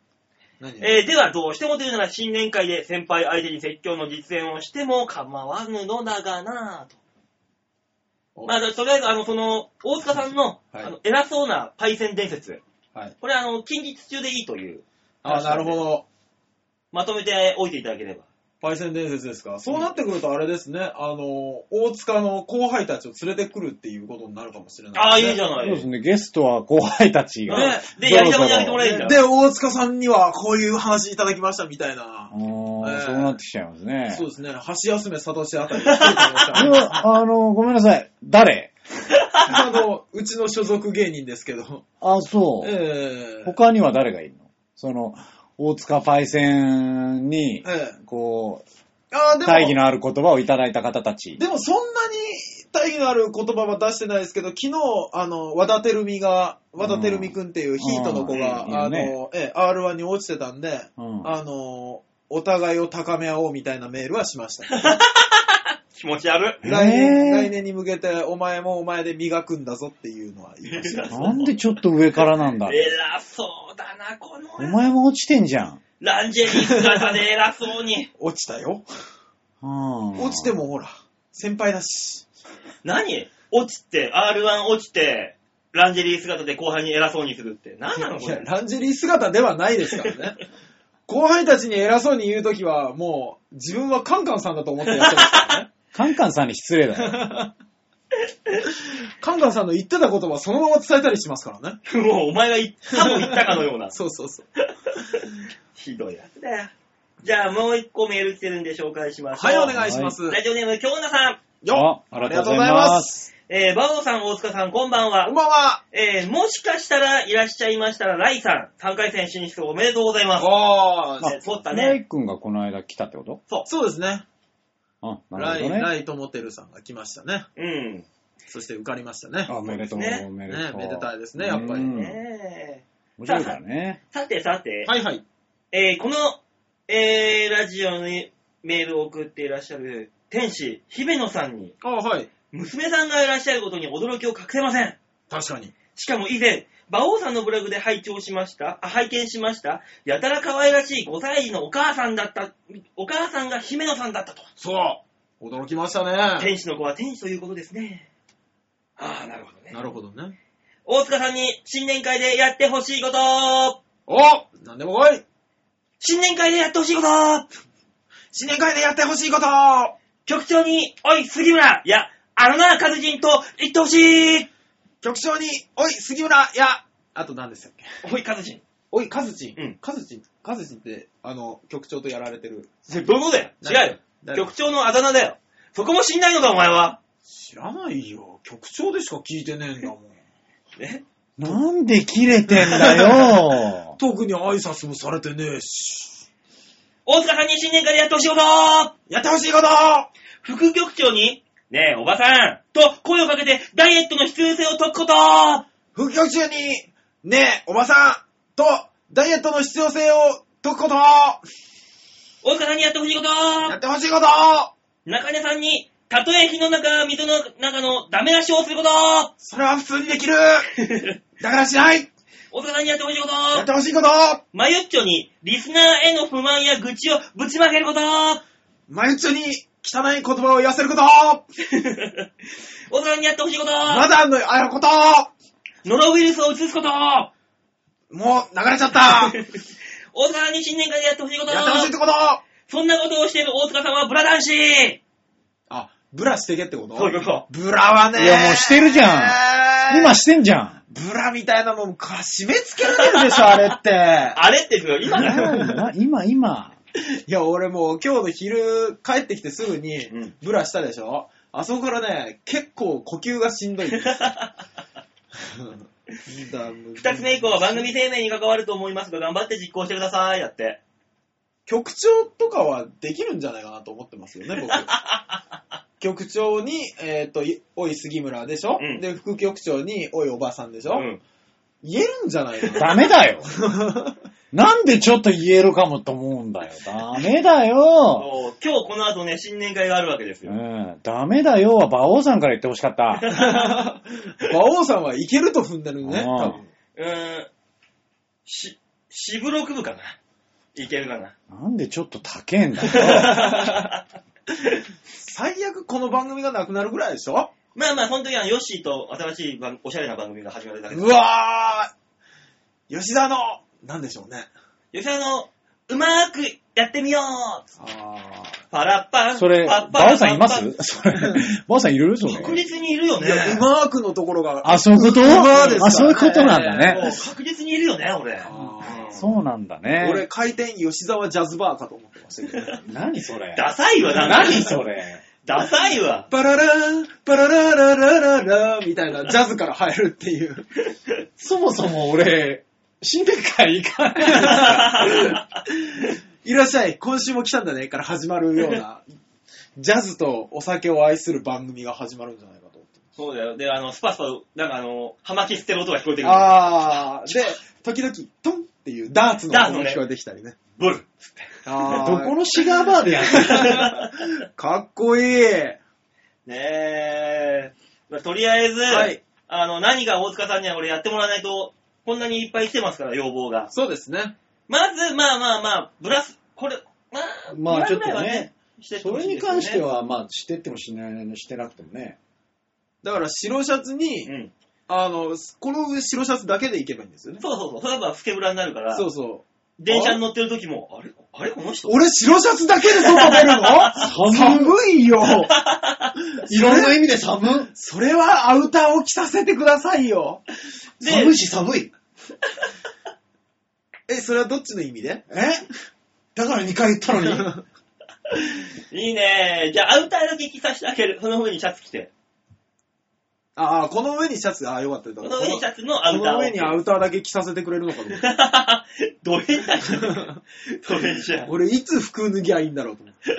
何
えーでは、どうしてもというなら新年会で先輩相手に説教の実演をしても構わぬのだがなと。
お
まあ、とりあえず、あの、その、大塚さんの、
はい
あの偉そうなパイセン伝説。
はい。
これ、あの、近日中でいいという、
ああ、なるほど。
まとめておいていただければ。
パイセン伝説ですか。そうなってくるとあれですね、あの、大塚の後輩たちを連れてくるっていうことになるかもしれない、
ああ、いいじ
ゃ
ゃな
そう
い。
ですね、ゲストは後輩たちが。
ねでや
そろそろ
り玉にあげてもらえるじゃん
で、大塚さんにはこういう話いただきましたみたいな
う。ーん
えー
そうなってきちゃいますね。
そうですね、橋休め聡あたりが来る可能性あ
で
り ます
はあの、ごめんなさい。誰
あの、うちの所属芸人ですけ ど。
あ、そう。
ええ
他には誰がいるのその、大塚パイセンに、
ええ
こ
ああ、
う、大義
でも、
のある言葉をいただいた方たち。
でもそんなに大義のある言葉は出してないですけど、昨日、あの、和田てるみが、和田てるみくんっていうヒートの子が、
うん
あ
うんいいよ
の、ええ、R1 に落ちてたんで、
うん
あの、お互いを高め合おうみたいなメールはしました。
気持ち悪い。
えー
来年、来年に向けて、お前もお前で磨くんだぞっていうのは言いました。
なんでちょっと上からなんだ
偉そうだな、この。
お前も落ちてんじゃん。
ランジェリー姿で偉そう に。
落ちたよ。
落
落ちて。もほら、先輩だし。
何落ちて、R1 落ちて、ランジェリー姿で後輩に偉そうにするって。何なの
い
こ
や、
れ。
ランジェリー姿ではないですからね。後輩たちに偉そうに言うときは、もう、自分はカンカンさんだと思ってやってますからね。
カンカンさんに失礼だよ。
カンカンさんの言ってた言葉そのまま伝えたりしますからね。
もうお前が言ったも言ったかのような。
そうそうそう。
ひどいやつだよ。じゃあもう一個メール来てるんで紹介しましょ
は
う。
い、お願いします。
ラジオネーム、京奈さん。
よ
あ
っ
あ
あ
り
り
が
が
と
と
う
う
ご
ござ
ざい
い
ま
ますす。
えー、バオさん、大塚さん、こんばんは
こん。ばんは。
えー、もしかしたらいらっしゃいましたら、ライさん、3回戦進出おめでとうございます。
あー
ね取った
ライ
ね。
君がこの間来たってこと
そうですね。
あ、な
ラ
る
イ、
ほどね。
ライトモテルさんが来ましたね。
うん。
そして受かりましたね。
あおめでとう、
ね
おめでとう。
ねめでたいですねやっぱり
うん面
ねえ
白いからね。
さてさて、
はいはい。
えー、この、えー、ラジオにメールを送っていらっしゃる天使、姫野さんに、
あーはい。
娘さんがいらっしゃることに驚きを隠せません。
確かに。
しかも以前、馬王さんのブログで拝聴しました、あ拝見しました、やたら可愛らしい5歳児のお母さんだった、お母さんが姫野さんだったと。
そう。驚きましたね。
天使の子は天使ということですね。ああ、なるほどね。
なるほどね。
大塚さんに新年会でやってほしいこと
おなんでも来い
新年会でやってほしいこと
新年会でやってほしいこと
局長に、おい、杉村いや、あのな、カズジンと言ってほしい
局長に、おい、杉村いや、あと何でしたっけ
おい、カズジン。
おい、カズチン。
うん
カズチン。カズチンって、あの、局長とやられてる。
それどういうことだよ違うよ。
誰
局長のあだ名だよ。そこも知んないのか、お前は。
知らないよ。局長でしか聞いてねえんだもん。
ね
なんで切れてんだよ
特に挨拶もされてねえし。
大塚さんに新年会でやってほしいこと
やってほしいこと
副局長に、ねえ、おばさんと声をかけてダイエットの必要性を解くこと
副局長に、ねえ、おばさんと、ダイエットの必要性を解くこと
大塚さんにやってほしいこと
やってほしいこと
中根さんに、たとえ火の中、水の中のダメ出しをす ること
それは普通にできるだからしない
大塚さんにやってほしいこ
やって
と
ほしいこと
マユッチョに、リスナーへの不満や愚痴をぶちまける こと
毎日に汚い言葉を言わせること
大塚さんにやってほしいこと
まだあんのあること
ノロウイルスを移すこと
もう流れちゃった
大塚さんに新年会でやってほしいこと
やってほしいってこと
そんなことをしている大塚さんはブラ男子
あ、ブラしてけってこと
そういうこと
ブラはね。
いやもうしてるじゃん
ん
今してんじゃ ん。
ブラみたいなのもか締め付けられるで しょ、あれって。
あれって言うの今だ よ。
な今、今。
いや、俺もう今日の昼帰ってきてすぐに
うん
ブラしたでしょ、あそこからね、結構呼吸がしんどいんです。
二つ目以降は番組生命に関わると思いますが、頑張って実行してください、だって。
局長とかはできるんじゃないかなと思ってます よね、僕。局長に、えっ、と、いおい杉村でしょ、
うん
で、副局長に、おいおばさんでしょ、
うん
言えるんじゃないかな。
ダメだよ。なんでちょっと言えるかもと思うんだよ。ダメだ
そう
よ。
今日この後ね、新年会があるわけです
う
よ。
ん。ダメだよは馬王さんから言ってほしかった。
馬王さんはいけると踏んでるね、
ああ
多分。
うーん、し、しぶろく部かな。いけるかな。
なんでちょっと高えんだよ。
最悪この番組がなくなるぐらいでしょ
まあまあ、本当にあの、ヨッシーと新しい番おしゃれな番組が始まるだけで
う
す。
わー吉田の、なんでしょうね。
吉田の、うまーくやってみよう
あ
パラッパン。
それ、
パッパ
馬王さんいま
パッ
すそれ、馬王さんいるそれ。
パン確実にいるよ
ー
ね
い。や、うまーくのところが。
あ、そういうこと
馬ですからね
あ、そういうことなんだ
もう
ね。
確実にいるよね、俺。
あ
うん
そうなんだ
俺、
ね。
回転吉沢ジャズバーかと思ってましたけど。
何それ
ダサいわ、なんか
何それ
ダサいわ。
パララーン、パララララララーみたいなジャズから入るって いう。
そもそも俺、新年会行かない。
いらっしゃい、今週も来たんだねから始まるような、ジャズとお酒を愛する番組が始まるんじゃないかと思って。
そうだよ。で、あの、スパスパ、なんかあの、葉巻捨てる音が聞こえてくる。
あー、で、時々、トンっていうダーツの
ダーツ
音
の
も
ね
聞こえてきたりね。
ブル。
あ
ど このシガーバーでやってる
かっこいい。
ねえ。まあとりあえず、
はい
あの、何が大塚さんには俺やってもらわないと、こんなにいっぱい来てますから、要望が。
そうですね。
まず、まあまあまあ、ブラス、これ、まあ、
まあ
ブラぐらいは
ちょっとね、
してって
そ
ほ
れ
い
に
ですよね
関して、は、まあ、してってもしないのしてなくてもね。
だから白シャツに、
うん。
あの、この白シャツだけでいけばいいんですよね。
そうそうそう。それはまあ、スケブラになるから、
そうそう。
電車に乗ってる時も、あれあれこの人
俺白シャツだけで外出 るの
寒
寒い よ。
いろんな意味で寒い。
それはアウターを着させてくださいよ。
で
寒いし寒い。
え、それはどっちの意味で
えだから2回言ったのに。
いいねじゃあ、アウターだけ着させてあげる。その上にシャツ着て。
ああ、この上にシャツ、ああ、よかったよか
そ
っ
の
た。
上にシャツのア
こ
ウター
の
を。
上にアウターだけ着させてくれるのかと思って。
ドレンジャー。ドレンジャー。
俺、いつ服脱ぎゃいいんだろうと思って。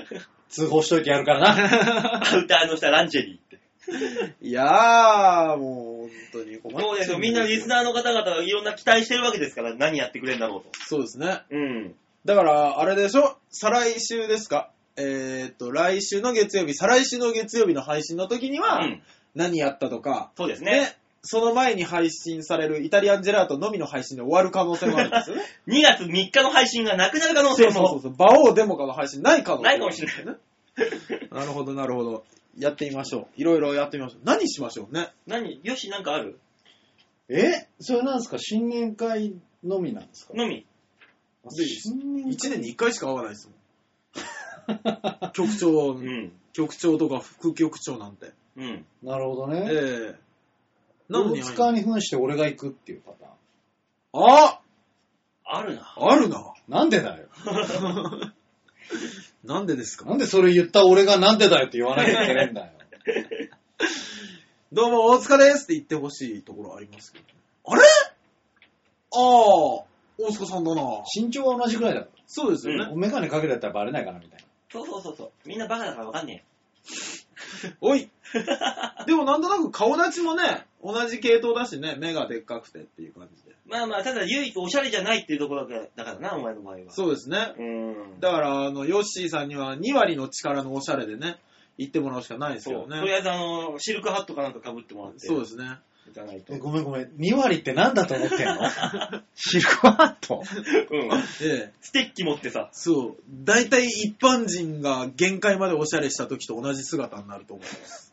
通報しといてやるから な。
アウターの下ランジェリーって。
いやー、もう、本当に困っちゃ
そうですよ。みんなリス
ー。
ナーの方々がいろんな期待してるわけですから、何やってくれるんだろうと。
そうですね。
うん。
だから、あれでしょ再来週ですかえー、っと、来週の月曜日、再来週の月曜日の配信の時に
う
は、
ん。
何やったとか、
そうです
ね
ね。、
その前に配信されるイタリアンジェラートのみの配信で終わる可能性もあるんですよね。
2月3日の配信がなくなる可能
そ
性
うそうそう
も。
そう。馬王デモカの配信ない可能性
ないかもしれない
ね。 なるほど、なるほど。やってみましょう。いろいろやってみましょう。何しましょうね。
何よし、なんかある
えそれなんですか新年会のみなんですか
のみ。
新年
1
会
年に1回しか会わないですもん。 局長
う、ん。
局長とか副局長なんて。
うん。
なるほど
ええ
ね。
なの
大
に
塚に扮して俺が行くっていうパターン。
あ
あるな。
あるな。
なんでだよ。
なんでですか
なんでそれ言った俺がなんでだよって言わなきゃいけないんだよ。
どうも、大塚ですって言ってほしいところありますけど。あれああ、大塚さんだな。
身長は同じくらいだか
そうですよね
ら。。お眼鏡かけてたらバレないかなみたいな。
そうそうそうそう。みんなバカだからわかんね
おい でもなんとなく顔立ちもね、同じ系統だしね、目がでっかくてっていう感じで。
え。まあまあ、ただ唯一おしゃれじゃないっていうところだけだからな、お前の場合は。
そうですね。
う。うん。
だから、あの、ヨッシーさんには2割の力のおしゃれでね、言ってもらうしかないですけ
そ
ど
う。とり
ね。
あえず、あの、シルクハットかなんか被ってもらって。。
そうですすね。
いかないと。
え
う
ごめんごめん。2割ってなんだと思 ってんのシルクハット
ん。
ええ。
ステッキ持ってさ。
そう。大体一般人が限界までおしゃれした時と同じ姿になると思 います。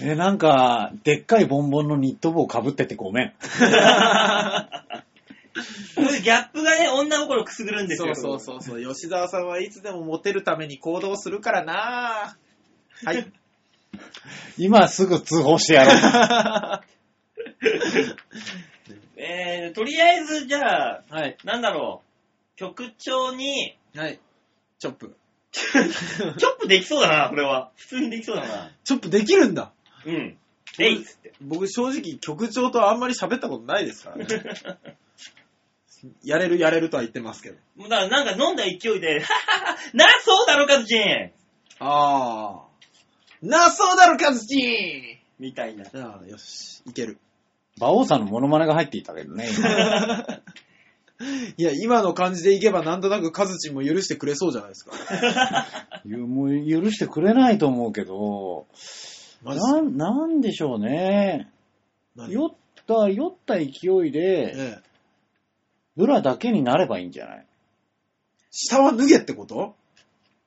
え、なんか、でっかいボンボンのニット帽かぶっててごめん。
これギャップがね、女心くすぐるんです
そう
よ。
そうそうそう。吉沢さんはいつでもモテるために行動するからなはい。
今すぐ通報してや ろう。
えー、とりあえず、じゃあ、
はい。
なんだろう。局長に、
はい。チョップ。
チョップできそうだな、これは。普通にできそうだな。
チョップできるんだ
うん。えいっつって。
僕正直局長とあんまり喋ったことないで すからね。やれるやれるとは言ってますけど。
もうだからなんか飲んだ勢いで、はははな、そうだろ、カズチン
ああ。な、そうだろ、カズチ
みたいな。
ンああ、よし、いける。
馬王さんのモノマネが入っていたけどね、今
いや、今の感じでいけばなんとなくカズチンも許してくれそうじゃないです か。
ゆもう許してくれないと思うけど、
マジっす
なん、なんでしょうね。
何
酔った、酔った勢いで、
ええ
ブラだけになればいいんじゃない
下は脱げってこと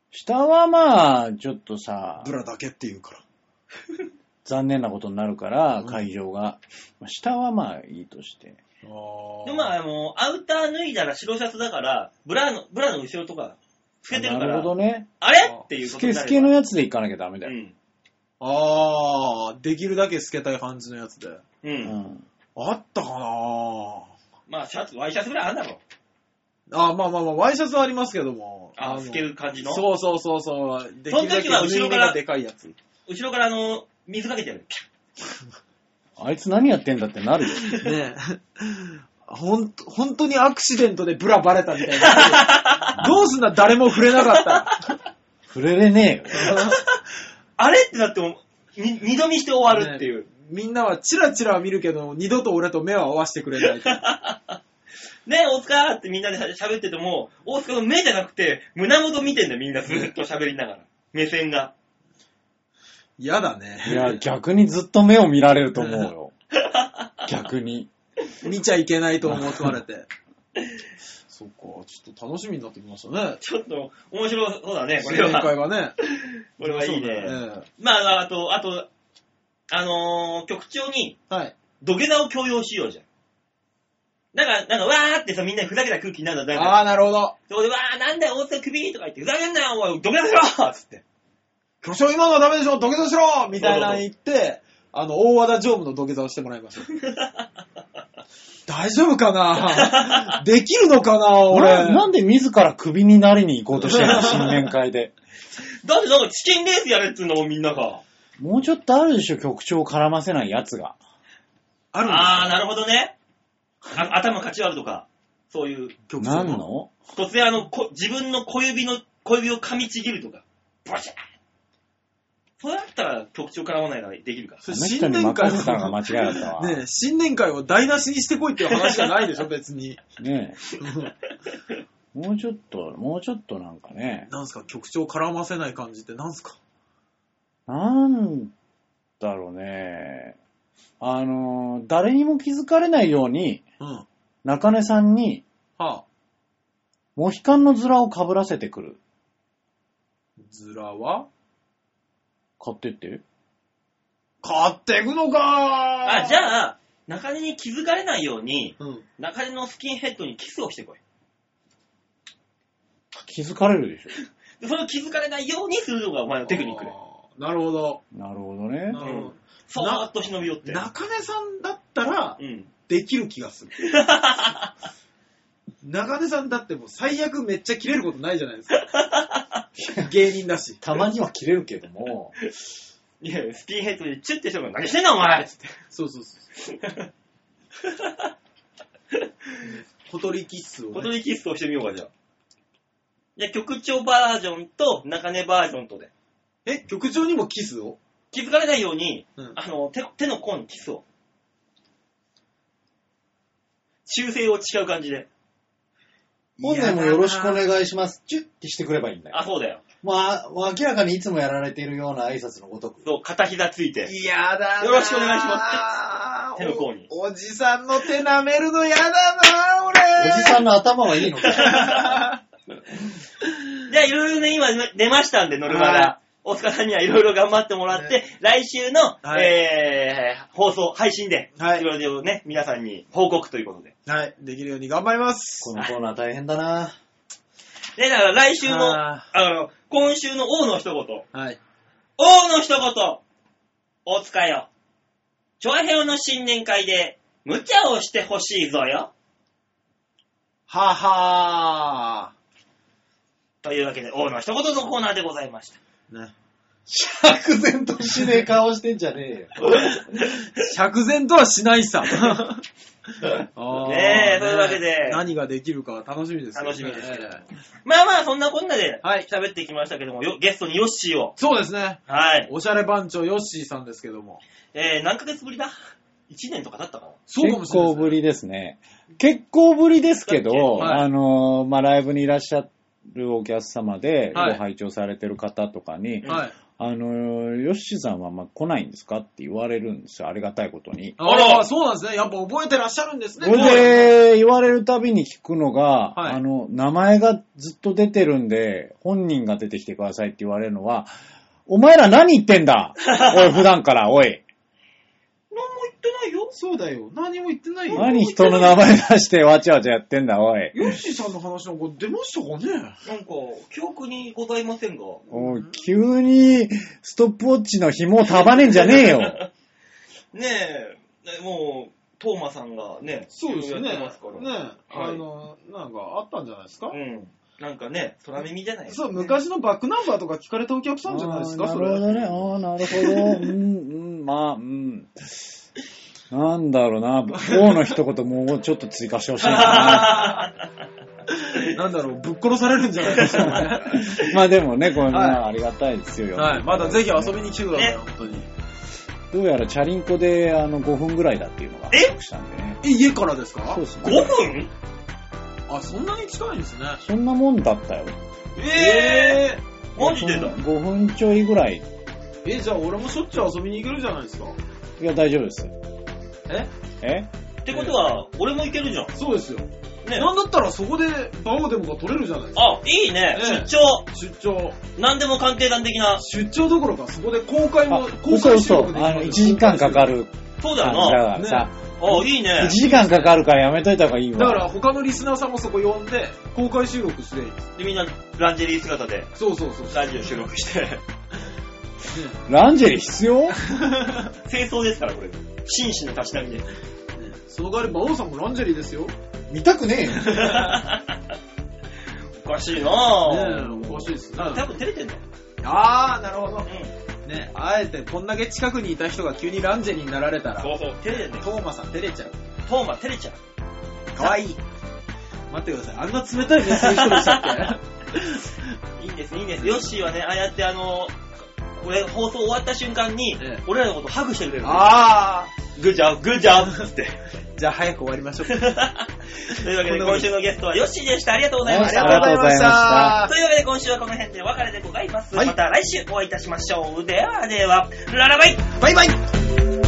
下はまあ、ちょっとさ
ブ、ラだけって言うから。
残念なことになるから
う、ん
会場が。まあ下はまあいいとして。
あ
で、まあ、あの、アウター脱いだら白シャツだから、ブラの、ブラの後ろとか、つけてる
な
か
る
ら、
ほどね。
あれっていう
ス
こと
ケ
にな
ス
る
ケのやつで行かなきゃダメだ
う
よ。
ん。
ああ、できるだけ透けたい感じのやつで。
う。
うんん。
あったかな
まあ、シャツ、ワイシャツぐらいあんだろ。
あーまあまあまあ、ワイシャツはありますけども。
あ、
の
透ける感じの。
そうそうそうそう。で
その時は後ろから
きるだけ縫い目がでかいやつ。
後ろから、あの、水かけてやる。
あいつ何やってんだってなるよ。
ねえ。ほんと、本当にアクシデントでブラバレたみたいな。どうすんだ誰も触れなかった
触れれねえよ。
ら。
あれってなっても、に二度見して終わるっていう。
みんなはチラチラは見るけど、二度と俺と目は合わせてくれないと。
ねえ、大塚ってみんなで喋ってても、大塚の目じゃなくて、胸元見てんだよ、みんなずっと喋りながら。目線が。
嫌だね。
いや、逆にずっと目を見られると思うよ。逆に。
見ちゃいけないと思われて。そっか、ちょっと楽しみになってきましたね。
ちょっと、面白そうだね、こ
新
れ
年
は。
会がね。
これはいいね。
そうだよ
まあ、あと、あと、あのー局長に
はい。
土下座を強要しようじゃん。だから、なんか、わーってさ、みんなでふざけた空気になるの、だい
ああ、なるほど。
そこで、わー、なんだよ、大阪首とか言って、ふざけんなよ、おい、どめなしろつって。
巨匠今のはダメでしょ土下座しろみたいなの言って、あの、大和田常務の土下座をしてもらいました。 大丈夫かなできるのかな俺。
ななんで自ら首になりに行こうとしてるの新年会 で。
だって、なんか、チキンレースやれっつうのもみんなが。
もうちょっとあるでしょ、局長を絡ませないやつが。
あるん
あー、なるほどね。あ頭かち割るとか、そういう、
曲
何の
突然、あの、こ自分の小指の、小指を噛みちぎるとか、ボシャーそうやったら、局長絡まないならできるから。
あの人に任せたのが間違いだったわ。
ねえ、新年会を台無しにしてこいっていう話じゃないでしょ、 別に。
ねえ。もうちょっと、もうちょっとなんかね。
なんすか、曲調絡ませない感じってなんすか
なんだろうね。あの、誰にも気づかれないように、
うん。は
中根さんに、
あ。
モヒカンのズラを被らせてくる。
ズラは
買ってって。
買ってくのかー
あ、じゃあ、中根に気づかれないように、
うん。
中根のスキンヘッドにキスをしてこい。
気づかれるでし
でそれを気づかれないようにするのがお前のテクニックで。
あー。なるほど。
ょ。なるほど
な
ね。
るほど。
そーっと忍び寄って。
中根さんだったら
う、ん。
できる気がする。中根さんだってもう最悪めっちゃ切れることないじゃないですか。芸人だし。
たまには切れるけども、
いや、スキンヘッドでチュッてしても何してんだお前つって。
そうそうそう。小鳥キッスを
本
ね、
当 にキスをしてみようか、じゃあ。じゃあ、局長バージョンと中根バージョンとで。
え、局長にもキスを
気づかれないように、
うん
あの、手手の甲にキスを。修正を誓う感じで。
本年もよろしくお願いします。チュッてしてくればいいんだよ。
あ、そうだよ。
まあ、明らかにいつもやられているような挨拶のごとく。
そう、片膝ついて。
やだな
よろしくお願いします
あー
手の甲に
おおじさんの手舐めるのやだな俺
おじさんの頭はいいの か
じゃあ、いろいろね、今出ましたんで、ノルマが。大塚さんにはいろいろ頑張ってもらって、来週の、
はい
えー、放送、配信で、
はい
いろいろね、皆さんに報告ということで。
はい、できるように頑張ります
このコーナー大変だな。
で、だから来週の、あ
あ
の、今週の王の一言。
はい。
王の一言大塚よ。長平の新年会で、無茶をしてほしいぞよ。
はは
というわけで、王の一言のコーナーでござい ました。
ー。ね。
釈然としねえ顔してんじゃねえよ。
釈然とはしない さ。あー
ねえというわけで
何ができるかは楽しみですよね、
楽しみですけどまあまあ、そんなこんなで
はい
喋ってきましたけども、よゲストにヨッシーを。
そうですね。
はい。
おしゃれ番長ヨッシーさんですけども。
えー、何ヶ月ぶりだ ?1 年とか経ったかな
そうかも
結
しれな
構
い
ぶりですね。結構ぶりですけど、
はい
あのー、まあ、ライブにいらっしゃるお客様で、
はい
ご拝聴されてる方とかに、
ぶり
はい。
あのー、ヨッシーさんはまあ来ないんですかって言われるんですよ。ありがたいことに。
あら
ああ、そうなんですね。やっぱ覚えてらっしゃるんですね。
それで、言われるたびに聞くのが、
はい
あの、名前がずっと出てるんで、本人が出てきてくださいって言われるのは、お前ら何言って んだおい、普段から、おい。
何も言ってないよ。
そうだよ。何も言ってないよ。
何人の名前出してわちゃわちゃやってんだ、おい。
ヨッシーさんの話なんか出ましたかね
なんか、記憶にございませんが。
おい、急にストップウォッチの紐を束ねんじ ゃねえよ。
ねえ、もう、トーマさんがね、
そうですよね。
やって
ね
ますから。
あの、なんかあったんじゃないですか、
うん。なんかね、空耳じゃないですか
そう、昔のバックナンバーとか聞かれたお客さんじゃないですか、
あー
そ
なるほ
れ。
どね。ああ、なるほど。うん、うん、まあ、うん。なんだろうな。王の一言もうちょっと追加してほしい な。
なんだろう、ぶっ殺されるんじゃないですか、ね。
まあでもね、これね、
はい
ありがたいですよ。
はい。まだぜひ遊びに来てください、
ね
本当に。
どうやらチャリンコであの5分ぐらいだっていうのが
え
発覚したんでね。
え、家からですか
そうですね。
5分
あ、そんなに近いんですね。
そんなもんだったよ。
えぇ、マジでだ。
?5 分ちょいぐらい。
え、じゃあ俺もしょっちゅう遊びに行けるじゃないですか。
いや、大丈夫です。
え
え
ってことは、俺もいけるじゃん。
そうですよ。
ね
なんだったらそこでバオデモが取れるじゃないですか。
あ、いいね。
ええ
出張。
出張。
何でも鑑定団的な。
出張どころかそこで公開
あ
も、、公
嘘
開収
嘘
録でき。
あ
ま
の、
す
1時間かかる
そうだ
感
よ
じだ
な。
からさ、
あ、いいね
1。時間かかるからやめといた方がいいわ。
だから他のリスナーさんもそこ呼んで、公開収録して、
で、みんな、ランジェリー姿で、
そうそうそう。
ラジオ収録して。
ランジェリー 必要
清掃ですから、これ。紳士のたしなみ で。
ねその代わり、馬王さんもランジェリーですよ。ね
見たくねえよ。
おかしいなぁ。
え、おかしいですね。
多分照れてんだよ。
あー、なるほど
う。ん。
ねあえてこんだけ近くにいた人が急にランジェリーになられたら、
そうそう。照れてんだよ。
トーマさん照れちゃう。
トーマ照れちゃう。
かわいい。待ってください。あんな冷たい目する人でしたっ
いいんです、いいんです。ヨッシーはね、ああやってあの、これ放送終わった瞬間に
ええ、
俺らのことハグしてくれ
け
る。
あ
グッジャブ、グッジャブっつって。
ー。 じゃあ早く終わりま しょ う。
というわけで、今週のゲストはヨッシーでした。ありがとうございまし
ありがとうございました
た。
た
というわけで今週はこの辺でお別れでございます。
はい
また来週お会いいたしましょう。ではでは、ララバイ
バイバイ